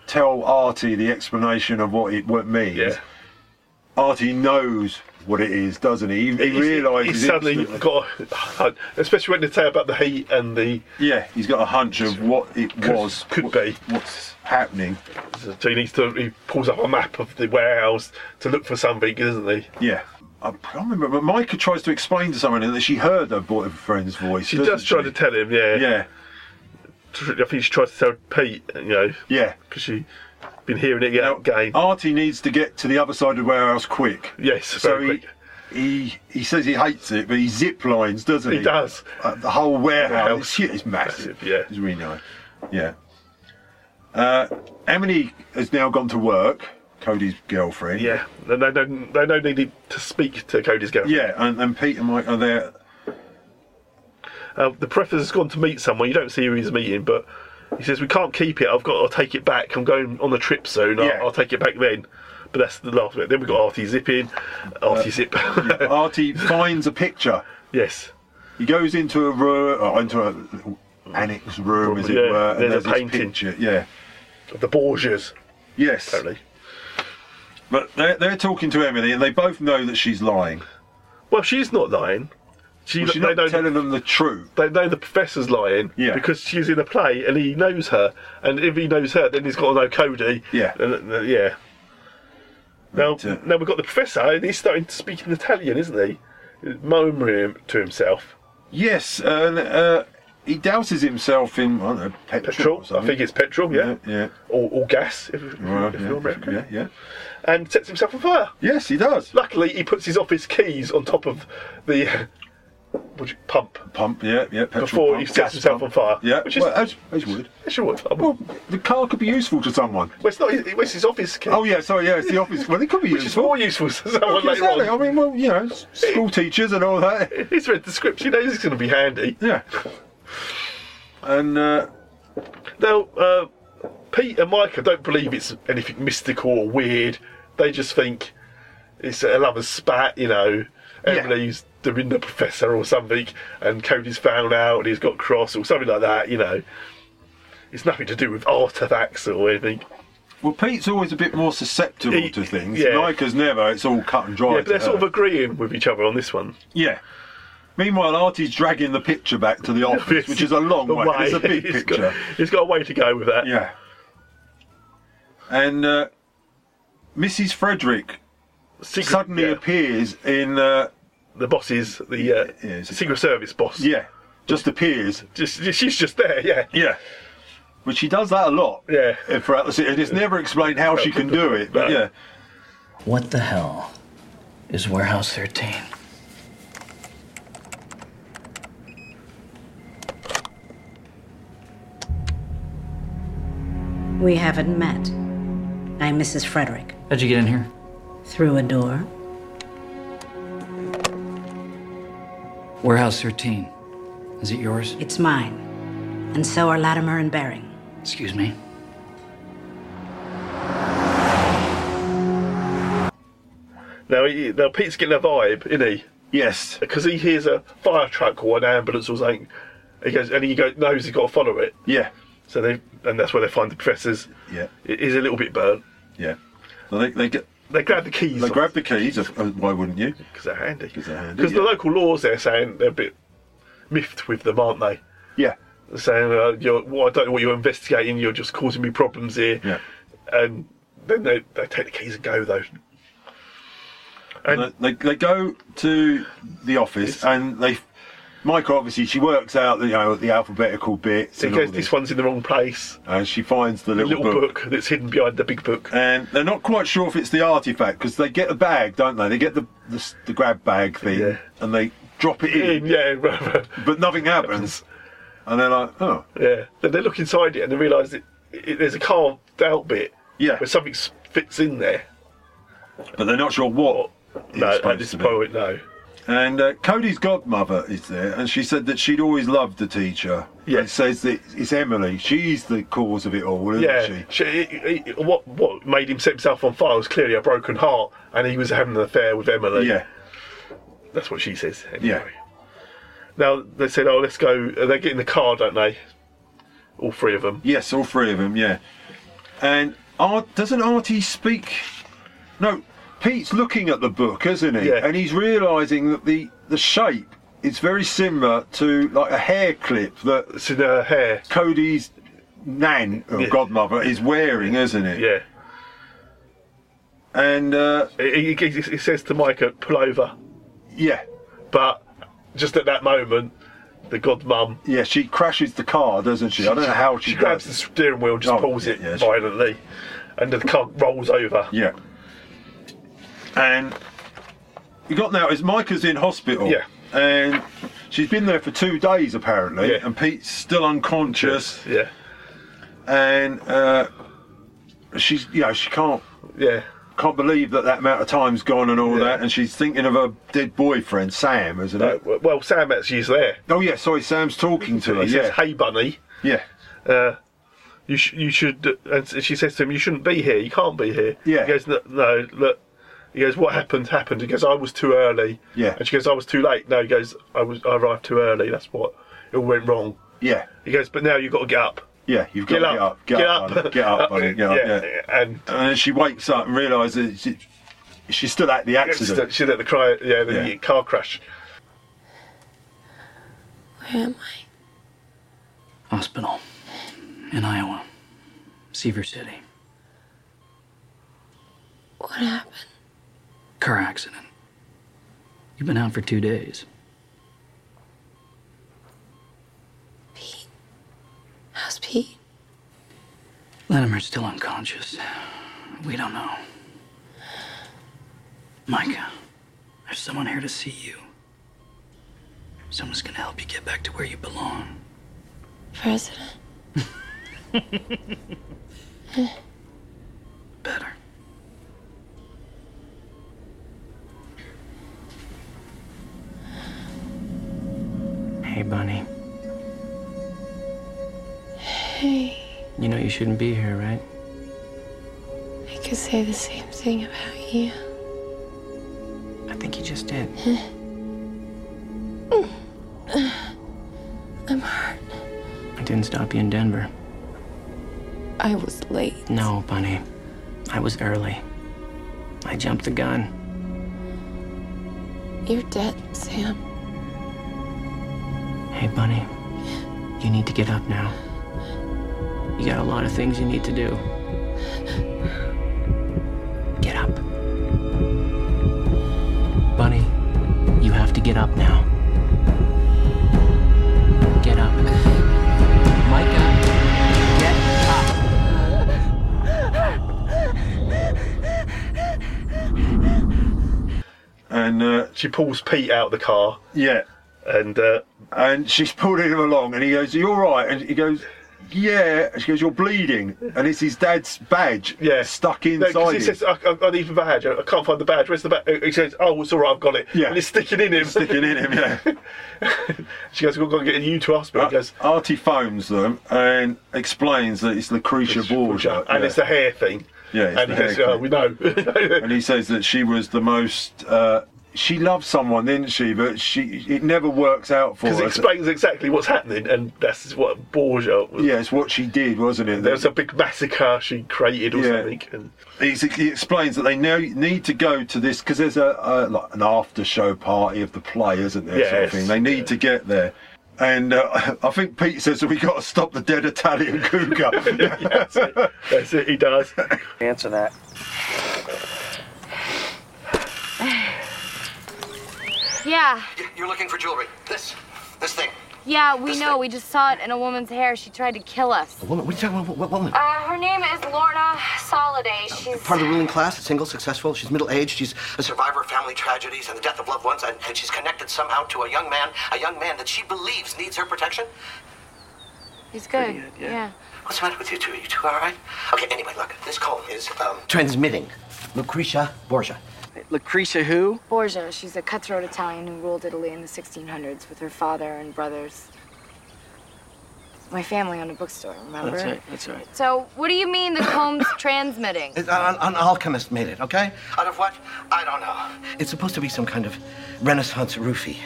tell Artie the explanation of what it what it means, Yeah. Artie knows what it is, doesn't he? He, he He's- realises he's suddenly instantly. got, a hunt, especially when they say about the heat and the yeah, he's got a hunch of what it Could- was, could what- be. what's happening. So he needs to he pulls up a map of the warehouse to look for something, doesn't he? Yeah. I can't remember, but Micah tries to explain to someone that she heard her boyfriend's voice. She doesn't does try to tell him, yeah. Yeah. Tr- I think she tries to tell Pete, you know. Yeah. Because she's been hearing it out again. Artie needs to get to the other side of the warehouse quick. Yes, So very he, quick. he he says he hates it, but he zip lines, doesn't he? He does. Uh, the whole warehouse. Warehouse. It's, shit, it's massive. Massive, yeah. It's really nice. Yeah. Uh, Emily has now gone to work, Cody's girlfriend. Yeah. And they don't they don't need to speak to Cody's girlfriend. Yeah, and, and Pete and Mike <laughs> are there. Uh, the professor's gone to meet someone. You don't see who he's meeting, but he says we can't keep it. I've got. I'll take it back. I'm going on a trip soon. I'll, Yeah. I'll take it back then. But that's the last bit. Then we have got Artie zipping. Uh, Artie zip. <laughs> Artie finds a picture. Yes. He goes into a room, or into a little annex room, as it Yeah, were, there's and a there's, this painting. picture. Yeah. Of the Borgias. Yes. Apparently. But they're, they're talking to Emily, and they both know that she's lying. Well, she's not lying. She, Well, she's they not know- telling them the truth. They know the professor's lying Yeah. because she's in a play and he knows her. And if he knows her, then he's got to know Cody. Yeah. uh, And, uh, yeah. Now, now we've got the professor and he's starting to speak in Italian, isn't he? Murmuring to himself. Yes, and uh, he douses himself in I don't know, petrol. Petrol, or I something. think it's petrol, yeah. Yeah. Or, or gas, if, Right, if yeah, you're American. yeah, yeah. And sets himself on fire. Yes, he does. Luckily, he puts his office keys on top of the what do you- pump Pump, yeah, yeah. Petrol before pump, he sets gas himself pump. on fire. Yeah, Which is, well, as, as you would. As you would. Well, the car could be useful to someone. Well, it's not. His, it's his office key. Oh yeah, sorry, yeah, it's the office. Well, it could be Which is useful. more useful to someone later Exactly, on. I mean, well, you know, s- school teachers and all that. He's read the script. He knows it's going to be handy. Yeah. And uh, now, uh, Pete and Micah don't believe it's anything mystical or weird. They just think it's a lover's spat. You know, Emily's doing the professor or something, and Cody's found out and he's got cross or something like that. You know, it's nothing to do with artifacts or anything. Well, Pete's always a bit more susceptible to things. yeah. Micah's never. It's all cut and dry. yeah, but they're to sort her. of agreeing with each other on this one. Yeah. Meanwhile, Artie's dragging the picture back to <laughs> the office, which is a long way. It's a big He's picture. Oh Got, he's got a way to go with that. Yeah. And uh, Mrs. Frederick suddenly appears in uh, the bosses, the uh, Secret Service boss. Yeah, just appears. Just she's just there. Yeah. Yeah. But she does that a lot. Yeah. uh, Throughout the se- and it's never explained how she can do <laughs> it. But yeah. What the hell is Warehouse 13? We haven't met. I'm Mrs. Frederick. How'd you get in here? Through a door. Warehouse 13. Is it yours? It's mine. And so are Latimer and Bering. Excuse me. Now, he, now Pete's getting a vibe, isn't he? Yes. Because he hears a fire truck or an ambulance or something. He goes and he goes knows he's got to follow it. Yeah. So they and that's where they find the professors. Yeah. It is a little bit burnt. Yeah. So they, they get. They grab the keys. They grab the keys. of- uh, Why wouldn't you? Because they're handy. Because they're handy. Because yeah. the local laws, they're saying they're a bit miffed with them, aren't they? Yeah. They're saying, uh, you're, well, I don't know what you're investigating, you're just causing me problems here. Yeah. And then they, they take the keys and go, though. And they, they go to the office and they. Micah obviously she works out the you know the alphabetical bits. So in and all case this. this one's in the wrong place, and she finds the the little, little book. that's hidden behind the big book. And they're not quite sure if it's the artifact because they get a bag, don't they? They get the the, s- the grab bag thing and they drop it in, In, <laughs> yeah. but nothing happens. And they're like, oh, Yeah. Then they look inside it and they realise that it, there's a carved out bit Yeah. where something s- fits in there. but they're not sure what. it's No, at supposed this to be. point, no. And uh, Cody's godmother is there, and she said that she'd always loved the teacher. Yeah, and says that it's Emily. She's the cause of it all, isn't yeah, she? she- he- he- what what made him set himself on fire was clearly a broken heart, and he was having an affair with Emily. Yeah. that's what she says. Anyway. Yeah. Now they said, "Oh, let's go." They get in the car, don't they? All three of them. Yes, all three of them. Yeah. And Art doesn't Artie speak? No, Pete's looking at the book, isn't he? Yeah. And he's realising that the the shape is very similar to like a hair clip that it's in her hair. Cody's nan or Yeah. godmother is wearing, isn't it? Yeah. And uh, he, he, he says to Micah, "Pull over." Yeah. But just at that moment, the godmum. Yeah, she crashes the car, doesn't she? I don't know how she, grabs does the steering wheel and just Oh, pulls it yeah, she- violently, and the car rolls over. Yeah. And you got now is Micah's in hospital. Yeah. And she's been there for two days apparently, Yeah. and Pete's still unconscious. Yeah. And uh, she's you know she can't. Yeah. Can't believe that that amount of time's gone and all that, and she's thinking of her dead boyfriend Sam, isn't No, it? w- well, Sam actually is there. Oh yeah, sorry, Sam's talking to her. He yeah. says, "Hey, bunny." Yeah. Uh, you sh- you should. And s- she says to him, "You shouldn't be here. You can't be here." Yeah. He goes, "No, no look." He goes, "What happened? Happened." He goes, "I was too early." Yeah. And she goes, "I was too late." No, he goes, "I was. I arrived too early. That's what. It all went wrong." Yeah. He goes, "But now you've got to get up." Yeah, you've got Get to get up, up, get, get up, up. on it, get up, <laughs> on it, get up, Yeah, yeah. And, then she wakes up and realises she, she's still at the accident. She's at the cry, yeah, the Yeah. car crash. Where am I? Hospital in Iowa, Seaver City. What happened? Car accident. You've been out for two days. How's Pete? Latimer's still unconscious. We don't know. Micah, there's someone here to see you. Someone's gonna help you get back to where you belong. President? Better. Hey, Bunny. Hey, You know you shouldn't be here, right? I could say the same thing about you. I think you just did. <sighs> I'm hurt. I didn't stop you in Denver. I was late. No, Bunny. I was early. I jumped the gun. You're dead, Sam. Hey, Bunny. You need to get up now. You got a lot of things you need to do. Get up. Bunny, you have to get up now. Get up. Micah, get up. And uh, she pulls Pete out of the car. Yeah. And uh, and she's pulling him along, and he goes, "You're right," and he goes. Yeah, and she goes. You're bleeding, and it's his dad's badge yeah. stuck No, inside 'cause him. he says, I, I, I need the badge. I can't find the badge. Where's the badge? He says, Oh, it's all right. I've got it. Yeah. And it's sticking in him. Sticking in <laughs> him, yeah. she goes, We've got to get you to Ah. hospital. He goes, "Oh, Artie phones them and explains that it's Lucretia Borgia, And yeah. it's the hair thing. Yeah, it's And the he goes, hair Oh, we know. <laughs> and he says that she was the most. Uh, she loved someone, didn't she? But she it never works out for Because it her. explains exactly what's happening, and that's what Borgia was. Yeah, it's what she did, wasn't it? There was a big massacre she created or Yeah. something. And He's, he explains that they now need to go to this because there's a, a like an after show party of the play, isn't there? Sort Yes. of thing. They need to get there. And uh, <laughs> I think Pete says that we got to stop the dead Italian <laughs> cougar. that's, it. that's it, he <laughs> does. Answer that. Yeah, You're looking for jewelry. This, this thing. yeah, we know. We just saw it in a woman's hair. She tried to kill us. A woman? What are you talking about? What, what woman? Uh, her name is Lorna Soliday. She's Part of the ruling class, single, successful. She's middle aged. She's a survivor of family tragedies and the death of loved ones, and, and she's connected somehow to a young man, a young man that she believes needs her protection. he's good. yeah. What's the matter with you two? Are you two all right? Okay, anyway, look, this call is um, transmitting. Lucretia Borgia. Lucretia who? Borgia. She's a cutthroat Italian who ruled Italy in the 1600s with her father and brothers. My family owned a bookstore. Remember? That's right, that's right. So, what do you mean the comb's transmitting? It- An, an alchemist made it, okay? Out of what? I don't know. It's supposed to be some kind of Renaissance roofie.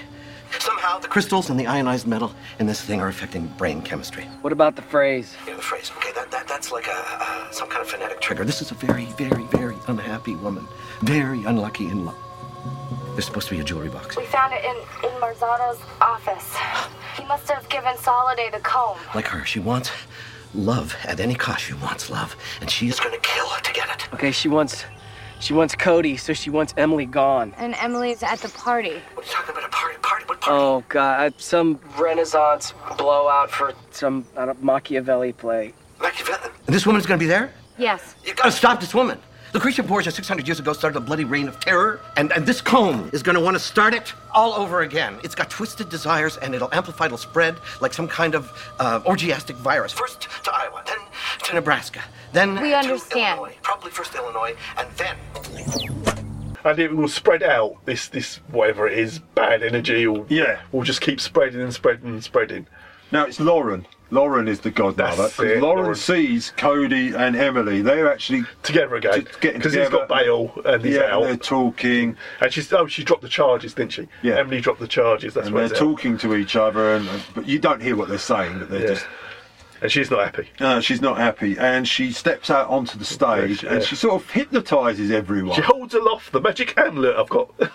Somehow, the crystals and the ionized metal in this thing are affecting brain chemistry. What about the phrase? You know the phrase, okay? That, that, that's like a, uh, some kind of phonetic trigger. This is a very, very, very unhappy woman. Very unlucky in love. There's supposed to be a jewelry box. We found it in, in Marzano's office. He must have given Soliday the comb. Like her, she wants love at any cost. She wants love, and she is gonna kill to get it. Okay, she wants, she wants Cody, so she wants Emily gone. And Emily's at the party. What are you talking about? A party? Party? What Oh God, I- some Renaissance blowout for some I don't, Machiavelli play. Machiavelli. And this woman's gonna be there? Yes. You gotta stop this woman. Lucretia Borgia 600 years ago started a bloody reign of terror, and, and this comb is gonna wanna start it all over again. It's got twisted desires, and it'll amplify, it'll spread like some kind of uh, orgiastic virus. First to Iowa, then to Nebraska, then We understand. Illinois, probably first Illinois, and then. And it will spread out this, this whatever it is, bad energy will, yeah. will just keep spreading and spreading and spreading. Now it's Lauren. Lauren is the godmother. That's 'cause it, Lauren, Lauren. sees Cody and Emily. They're actually together again getting because he's together. got bail and he's Yeah, and out. they're talking. And she's oh, she dropped the charges, didn't she? Yeah. Emily dropped the charges. That's and why they're it's out. uh, talking to each other, and but you don't hear what they're saying. But they're just And she's not happy. No, she's not happy, and she steps out onto the stage, Yeah. and she sort of hypnotises everyone. She holds aloft the magic amulet I've got. <laughs>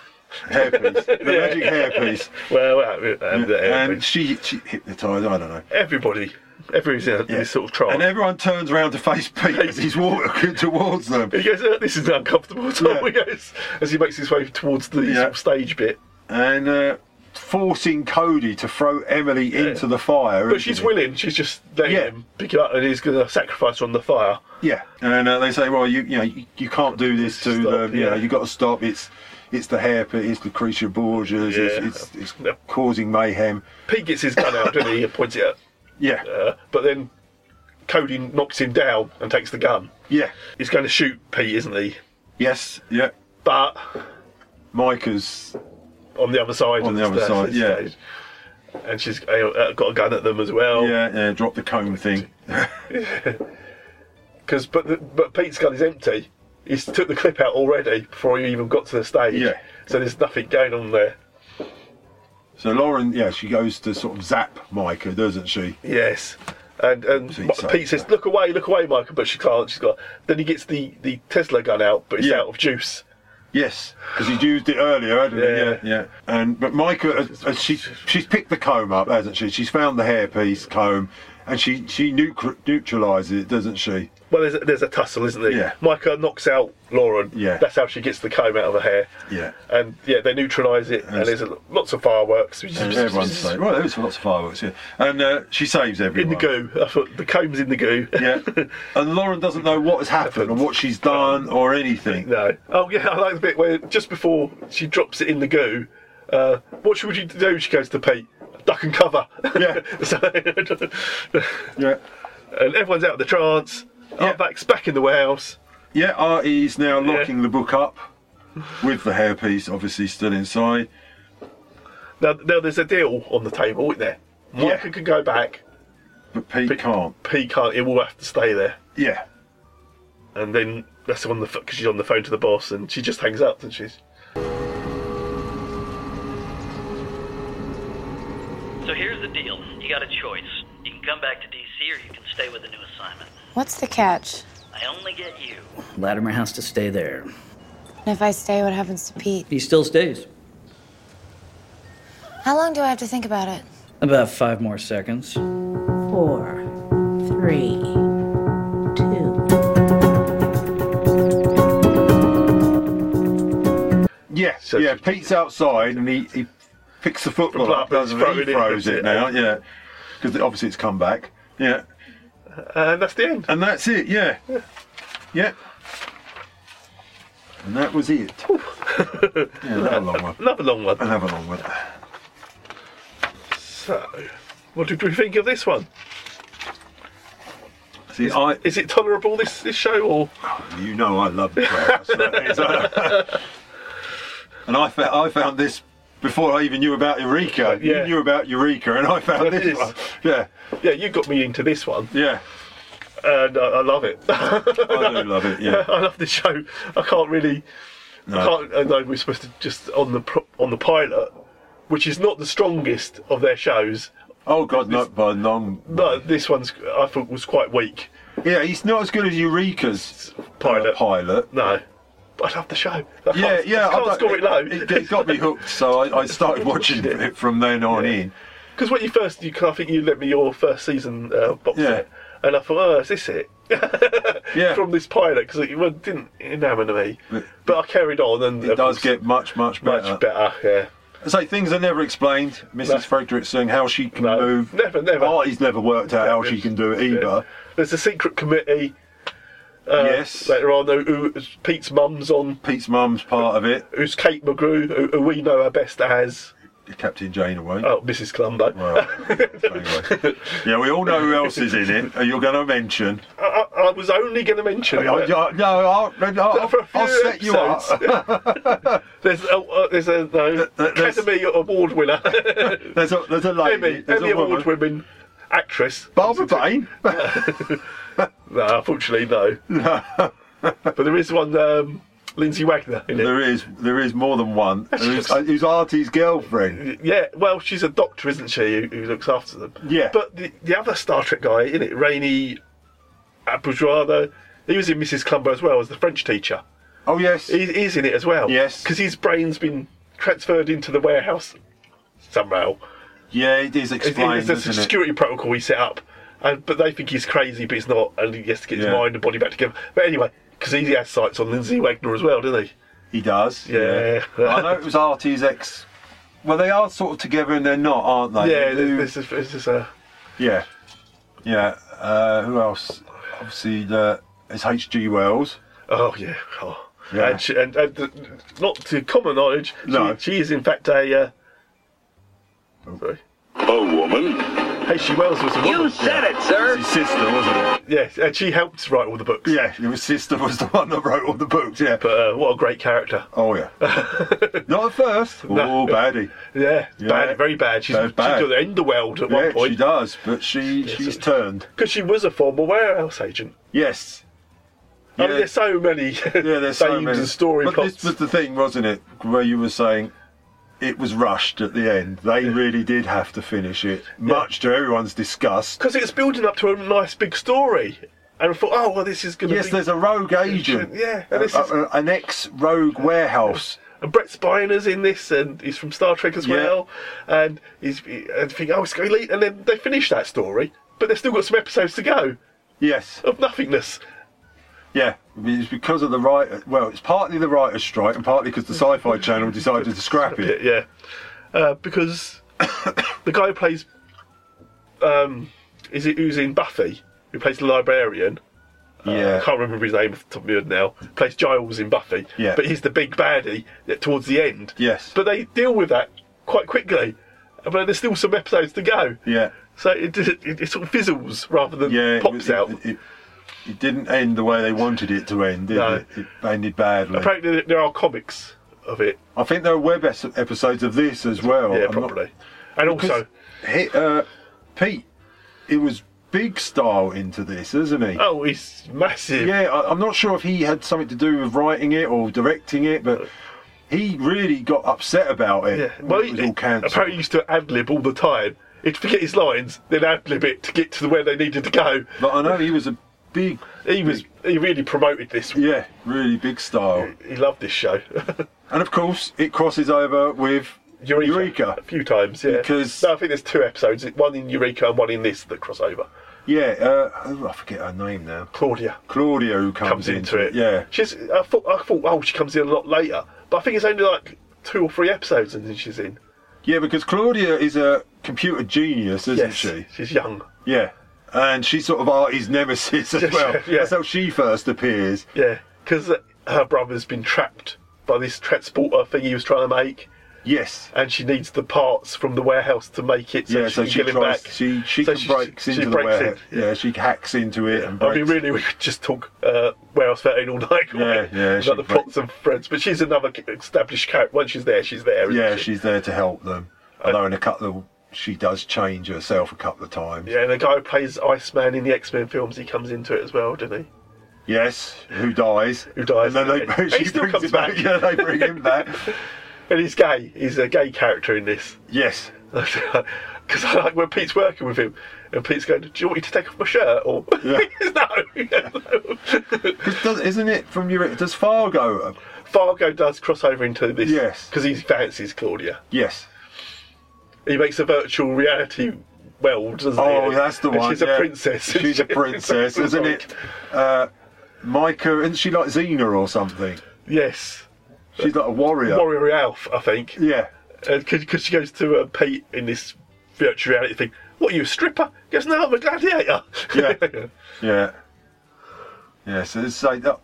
hairpiece, the magic hairpiece. Well, well, and, <laughs> the hairpiece. and she, she hypnotised. I don't know. everybody, everybody's in this sort of trance. And everyone turns around to face Pete as <laughs> he's walking <laughs> towards them. He goes, "Uh, "This is uncomfortable." Tom. <laughs> Yeah. He goes as he makes his way towards the Yeah. sort of stage bit. And uh, forcing Cody to throw Emily into the fire. But she's isn't it? willing. She's just letting him pick it up, and he's going to sacrifice on the fire. Yeah, and uh, they say, well, you you know, you, you can't do this to them. You yeah. know, you got to stop. It's it's the hairpin. It's Lucretia Borgias. Yeah. It's it's, it's causing mayhem. Pete gets his gun out, doesn't he? And points it at. Yeah. Uh, but then Cody knocks him down and takes the gun. Yeah. He's going to shoot Pete, isn't he? Yes. Yeah. But Micah's on the other side. On of the other sta- side, yeah. stage. And she's uh, got a gun at them as well. Yeah, yeah. Drop the cone thing. Because but the, but Pete's gun is empty. He's took the clip out already before he even got to the stage. Yeah. So there's nothing going on there. So Lauren, yeah, she goes to sort of zap Micah, doesn't she? Yes. And and Pete Ma- says Pete says, "Look away, look away, Michael." But she can't. She's got. Then he gets the, the Tesla gun out, but it's Yeah. out of juice. Yes, because he'd used it earlier, hadn't he? Yeah, yeah. And but Micah, as, as she she's picked the comb up, hasn't she? She's found the hairpiece comb, and she she neutra- neutralises it, doesn't she? Well, there's a, there's a tussle, isn't there? Yeah. Micah knocks out Lauren. Yeah. That's how she gets the comb out of her hair. Yeah. And yeah, they neutralise it, and, And- there's a, lots of fireworks. And everyone's saved. Well, there was lots of fireworks, yeah. And uh, she saves in everyone. the goo. I thought the comb's in the goo. <laughs> Yeah. And Lauren doesn't know what has happened or what she's done or <laughs> anything. No. Oh yeah, I like the bit where just before she drops it in the goo, uh, what should you do? She goes to Pete, duck and cover. Yeah. <laughs> yeah. And everyone's out of the trance. Artback's back in the warehouse. Yeah, Artie's now locking the book up with the hairpiece, obviously still inside. Now, now there's a deal on the table, isn't there? Micah can go back. But Pete, can't. Pete can't. It will have to stay there. Yeah. And then that's on the because she's on the phone to the boss, and she just hangs up, and she's So here's the deal. You got a choice. You can come back to DC or you can stay with the new assignment. What's the catch? I only get you. Latimer has to stay there. And if I stay, what happens to Pete? He still stays. How long do I have to think about it? About five more seconds. Four, three, two. Yeah, yeah. Pete's outside and he, he picks the football Well, up, doesn't throw he? it He in, throws that's it it. now, yeah. Because obviously it's come back. Yeah. And that's the end. And that's it, yeah. Yeah. And that was <laughs> it. yeah, another long one. Another long one. Another long one. so. What did we think of this one? See, I, Is it tolerable this this show or? you know I love the Warehouse. and I, fa- I found this before I even knew about Eureka. Yeah. You knew about Eureka, and I found That this is. one. Yeah. Yeah, you got me into this one. Yeah. And I, I love it. I do love it, yeah. <laughs> I love this show. I can't really. I No. can't. I know we're supposed to just on the pro- on the pilot, which is not the strongest of their shows. Oh God, not by long. No, this one's I thought was quite weak. Yeah, he's not as good as Eureka's pilot. pilot. No. But I love the show. I can't- Yeah, yeah. I can't don't- score it low. Oh, It, it got <laughs> me hooked, so I, I started watching it from then on in. Because when you first, you I think you lent me your first season uh, box Yeah. set, and I thought, oh, is this it? <laughs> Yeah. From this pilot, because it well, it didn't enamour me, but I carried on, and It does get much, much better. much better. Yeah. It's like things are never explained. Mrs. Fredrickson, how she can move. Never, never. Artie's never worked out how she can do it either. There's a secret committee. Uh, Yes. Later on, who, who, Pete's mum's on. Pete's mum's part of it. Who's Kate McGrew, who, who we know her best as. Captain Jane away. Oh, Mrs. Columbo. Yeah, we all know who else is in it. and You're going to mention. <laughs> I, I I was only going to mention. I- I- I- no, I'll, I'll, Oh, For a few I'll set you up. episodes. <laughs> there's a, uh, there's a no, there's- Academy Award <laughs> winner. there's a there's a lady. Emmy, there's Emmy a woman. Award women actress. Barbara Bain. <laughs> no, unfortunately no. but there is one. Um, Lindsay Wagner. In it. There is there is more than one. Who's, who's Artie's girlfriend? Yeah, well, she's a doctor, isn't she, who, who looks after them? Yeah. But the, the other Star Trek guy in it, Rainey Abujamra, he was in Mrs. Columbo as well as the French teacher. Oh yes, he, he's in it as well. Yes, because his brain's been transferred into the warehouse somehow. Yeah, it is explained. There's a isn't it? security protocol he set up, and, but they think he's crazy, but he's not, and he has to get his Yeah. mind and body back together. But anyway, because he has sights on Lindsay Wagner as well, doesn't he? He does. Yeah. I know it was Artie's ex. Well, they are sort of together and they're not, aren't they? yeah, They do- this is, this is a. yeah, yeah. Uh, who else? Obviously, the, it's H.G. Wells. Oh yeah. Oh. Yeah. And, she, and, and uh, not to common knowledge, No. Oh. she, she is in fact a. Uh, sorry. A woman? Hey, she Wells was a woman. You said it, sir. It's his sister, wasn't it? Yes, and she helped write all the books. Yeah, his sister was the one that wrote all the books. Yeah. But uh, what a great character. <laughs> Oh yeah. Not at first. Oh, baddie. Yeah, Yeah. bad, very bad. She's, Very bad. she's got the end of world at Yeah, one point. she does, but she she's turned. Because she was a former warehouse agent. Yes. I mean, there's so many yeah, <laughs> there's so many. and story but plots. this was the thing, wasn't it? Where you were saying it was rushed at the end. They really did have to finish it, much to everyone's disgust. Because it's building up to a nice big story. And I thought, oh, well, this is going to Yes, be... there's a rogue agent. Yeah, and this A- is... a- an ex-rogue warehouse. And Brett Spiner's in this, and he's from Star Trek as Yeah. well. And he's and think, oh, it's going to lead. And then they finish that story, but they've still got some episodes to go Yes. of nothingness. Yeah, it's because of the writer. Well, it's partly the writer's strike and partly because the Sci-Fi Channel decided to <laughs> scrap it. Yeah, uh, because <coughs> the guy who plays, um, is it who's in Buffy? Who plays the librarian? Uh, Yeah. I can't remember his name off the top of my head now. Plays Giles in Buffy. Yeah. but he's the big baddie at- towards the end. Yes. but they deal with that quite quickly. But there's still some episodes to go. Yeah. So it, it, it sort of fizzles rather than Yeah, it pops was- it- out. It, it didn't end the way they wanted it to end, did No. it? It ended badly. Apparently there- there are comics of it. I think there are web es- episodes of this as well. Yeah, Oh, I'm not- probably. And also, he, uh, Pete, it was big style into this, isn't he? oh, he's massive. Yeah, I, I'm not sure if he had something to do with writing it or directing it, but he really got upset about it. Yeah. when Well, it was he- all cancelled. apparently he used to ad lib all the time. He'd forget his lines, then ad lib it to get to where they needed to go. But I know he was a big. He was. He really promoted this. Yeah, really big style. He loved this show. <laughs> And of course, it crosses over with Eureka. Eureka. A few times, yeah. Because- no, I think there's two episodes. One in Eureka and one in this that cross over. Yeah, uh, oh, I forget her name now. Claudia. Claudia who comes, Comes into it. Yeah. She's. I thought. I thought. Oh, she comes in a lot later. But I think it's only like two or three episodes, and then she's in. Yeah, because Claudia is a computer genius, isn't Yes, she? She's young. Yeah. And she's sort of Artie's nemesis as Yes, well. yeah. That's how she first appears. Yeah, because her brother's been trapped by this transporter thing he was trying to make. Yes. and she needs the parts from the warehouse to make it so yeah, she so can she get him tries. back. She she So can breaks into the breaks in. warehouse. Yeah. she hacks into it and I breaks. mean, really, we could just talk uh, Warehouse 13 all night. couldn't we? Yeah, yeah, she About the plots and threads. But she's another c- established character. Once she's there, she's there. isn't yeah, she? she's there to help them. Although in a couple of she does change herself a couple of times. Yeah, and the guy who plays Iceman in the X Men films, he comes into it as well, doesn't he? Yes, who dies? Who dies? And then they And <laughs> she he still brings comes him back. back. Yeah, they bring him <laughs> back. And he's gay. He's a gay character in this. <laughs> Yes. Because I like when Pete's working with him, and Pete's going, "Do you want me to take off my shirt?" Or <laughs> Because does isn't it from your does Fargo? uh, Fargo does cross over into this. Yes. Because he fancies Claudia. Yes. He makes a virtual reality world, doesn't he? Oh, that's the And one. She's yeah. a princess. <laughs> She's a princess, isn't it? Uh, Micah, isn't she like Xena or something? Yes. She's like a warrior. Warrior Alf, I think. Yeah. Because she goes to uh, Pete in this virtual reality thing. What are you, a stripper? He goes, no, I'm a gladiator. Yeah. Yeah. Yeah. So it's like that.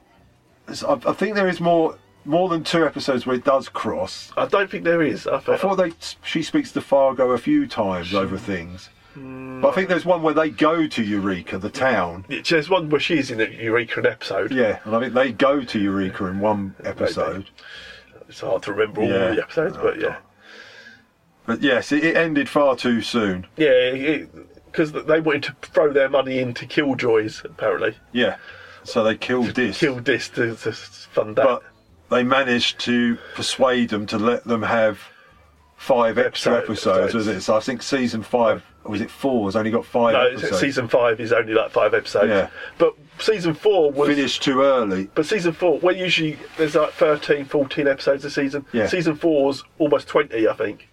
it's- I, I think there is more more than two episodes where it does cross. <laughs> I don't think there is. I I thought. thought they she speaks to Fargo a few times over things. Mm. But I think there's one where they go to Eureka, the town. There's one where she's in a Eureka an episode. Yeah, and I think they go to Eureka in one episode. It's hard to remember all Yeah. Oh, the episodes, but yeah. But yes, it, it ended far too soon. Yeah, because they wanted to throw their money into Killjoys, apparently. Yeah. So they killed this. Killed this to, to fund that. But they managed to persuade them to let them have five extra episodes, was it? So I think season five, or was it four, has only got five no, it's- episodes. season five is only like five episodes. Yeah. But season four was finished too early. But season four, where usually there's like 13, 14 episodes a season. Yeah. Season four's almost twenty, I think.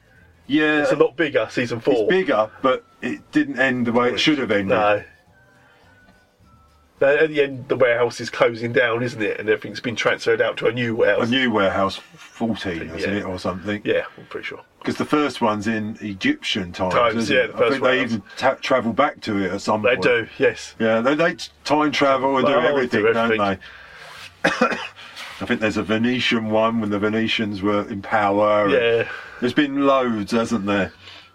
Yeah, it's a lot bigger. Season four. It's bigger, but it didn't end the way it should have ended. No. Now, at the end, the warehouse is closing down, isn't it? And everything's been transferred out to a new A warehouse. new warehouse, 14, isn't it, or something? Yeah, I'm pretty sure. Because the first one's in Egyptian times. Times, isn't yeah, it? the I first think one they was. even ta- travel back to it at some They point. do, yes. Yeah, they, they t- time travel and do Well, they everything, do don't everything. they? <coughs> I think there's a Venetian one when the Venetians were in power. and Yeah. There's been loads, hasn't there?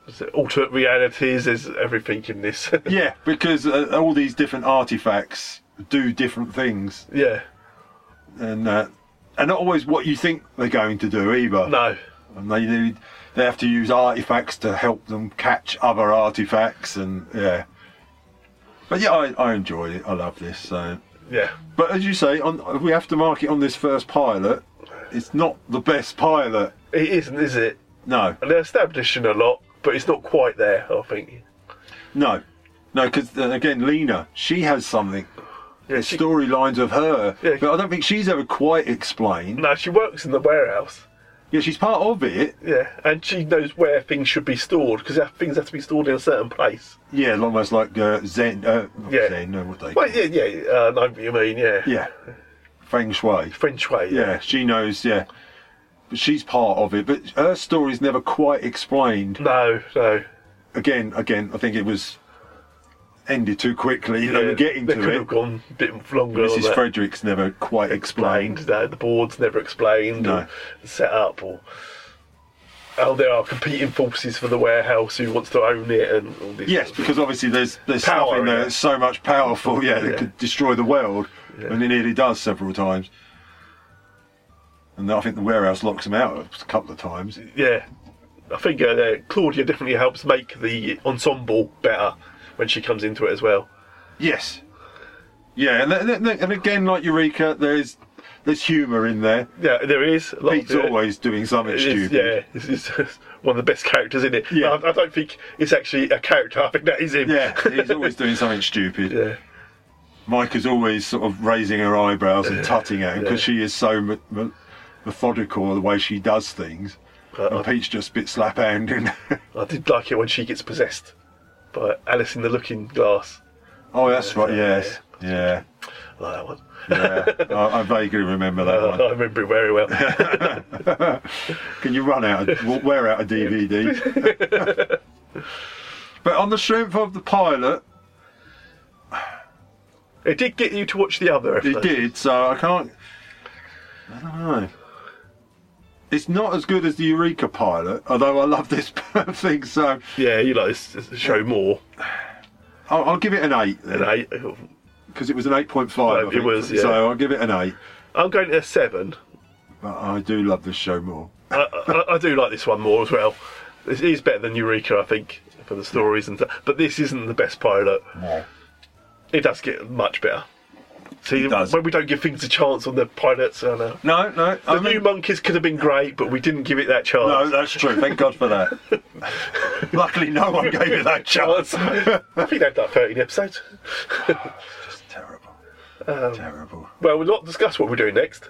There's alternate realities, there's everything in this. <laughs> yeah, <laughs> because uh, all these different artifacts do different things. Yeah. and uh, and not always what you think they're going to do either. No. And they need, they have to use artifacts to help them catch other artifacts and yeah. But yeah, I, I enjoyed it. I love this. So yeah. But as you say, on we have to mark it on this first pilot. It's not the best pilot. It isn't, is it? No. And they're establishing a lot, but it's not quite there, I think. No, no, because again, Lena, she has something. There's she- storylines of her, but I don't think she's ever quite explained. No, she works in the warehouse. Yeah, she's part of it. Yeah, and she knows where things should be stored because things have to be stored in a certain place. Yeah, almost like uh, Zen. Uh, not Yeah. Zen. Uh, what they? Well, yeah, yeah, uh, I know what you mean, yeah. Yeah. Feng Shui. Feng Shui. Yeah. she knows. Yeah, but she's part of it. But her story's never quite explained. No, no. Again, again, I think it was ended too quickly. They were Yeah, getting they to could it. have gone a bit longer. on Mrs. that. Frederick's never quite explained. that the board's never explained No. or set up or oh there are competing forces for the warehouse who wants to own it and all this Yes, because obviously there's there's Power, stuff in there yeah. that's so much powerful, yeah, that Yeah. could destroy the world, and it nearly does several times. And I think the warehouse locks them out a couple of times. yeah I think uh, uh, Claudia definitely helps make the ensemble better when she comes into it as well Yes. Yeah, and, th- th- th- and again, like Eureka, there's there's humour in there. yeah there is a lot of Pete's it. always doing something It is, stupid. yeah it's, it's <laughs> one of the best characters in it yeah. I, I don't think it's actually a character I think that is him Yeah, <laughs> <laughs> he's always doing something stupid. Yeah. Micah's always sort of raising her eyebrows and Yeah, tutting at him because yeah. she is so me- me- methodical the way she does things. and Pete's just a bit slap handing. I did like it when she gets possessed by Alice in the Looking Glass <laughs> oh, that's right, yes. Yeah. I like that one Yeah, I, I vaguely remember that Uh, <laughs> one. I remember it very well. <laughs> Can you run out? Of, w- wear out <laughs> a DVD. <laughs> but on the strength of the pilot, it did get you to watch the other. it episodes. did. So I can't. I don't know. It's not as good as the Eureka pilot, although I love this <laughs> thing. So Yeah, you like this this show more. I'll, I'll give it an eight. Then, An eight. because it was an eight point five. No, it was, yeah. So I'll give it an eight. I'm going to a seven. But I do love this show more. I, I, I do like this one more as well. This is better than Eureka, I think, for the stories and stuff. But this isn't the best pilot. No. It does get much better. See, when we don't give things a chance on the pilots, I know. No, no. The new monkeys could have been great, but we didn't give it that chance. No, that's true. Thank God for that. Luckily, no one <laughs> gave it that <laughs> chance. I think they've done 13 episodes. <laughs> Just terrible. Um, terrible. Well, we'll not discuss what we're doing next.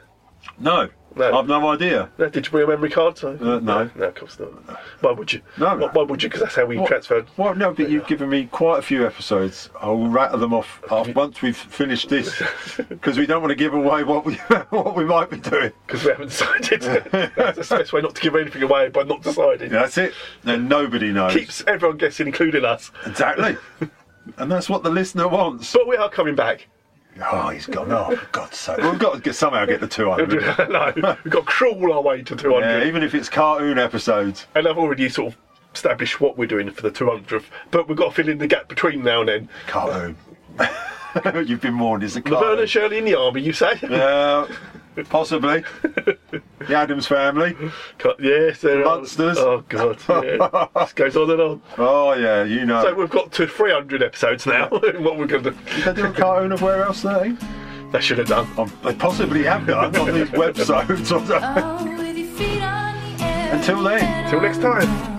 No, No. I've no idea. No, did you bring a memory card? So? Uh, no. No, of course not. Why would you? No. Why, why would you? Because that's how we What- transferred. Well, no, but you've given me quite a few episodes. I'll rattle them off <laughs> after, once we've finished this, because we don't want to give away what we <laughs> what we might be doing. Because we haven't <laughs> <laughs> decided. that's the best way not to give anything away by not deciding. Yeah, that's it. Then nobody knows. Keeps everyone guessing, including us. <laughs> Exactly. and that's what the listener wants. But we are coming back. Oh, he's gone off. For God's sake. We've got to get, somehow get the <laughs> 200. no, we've got to crawl our way to 200. Yeah, even if it's cartoon episodes. And I've already sort of established what we're doing for the 200th, but we've got to fill in the gap between now and then. Cartoon. <laughs> You've been warned, it's a Laverne cartoon. and Shirley in the army, you say? <laughs> Yeah, possibly. the Adams family. Cut- Yes, there are. Monsters. Oh, <laughs> God. Yeah. this goes on and on. Oh, yeah, you know. So we've got to 300 episodes now. <laughs> what we're going to Did they do a cartoon of Where Else 13? They should have done. they possibly have done on these websites. <laughs> Until then. Until next time. Oh,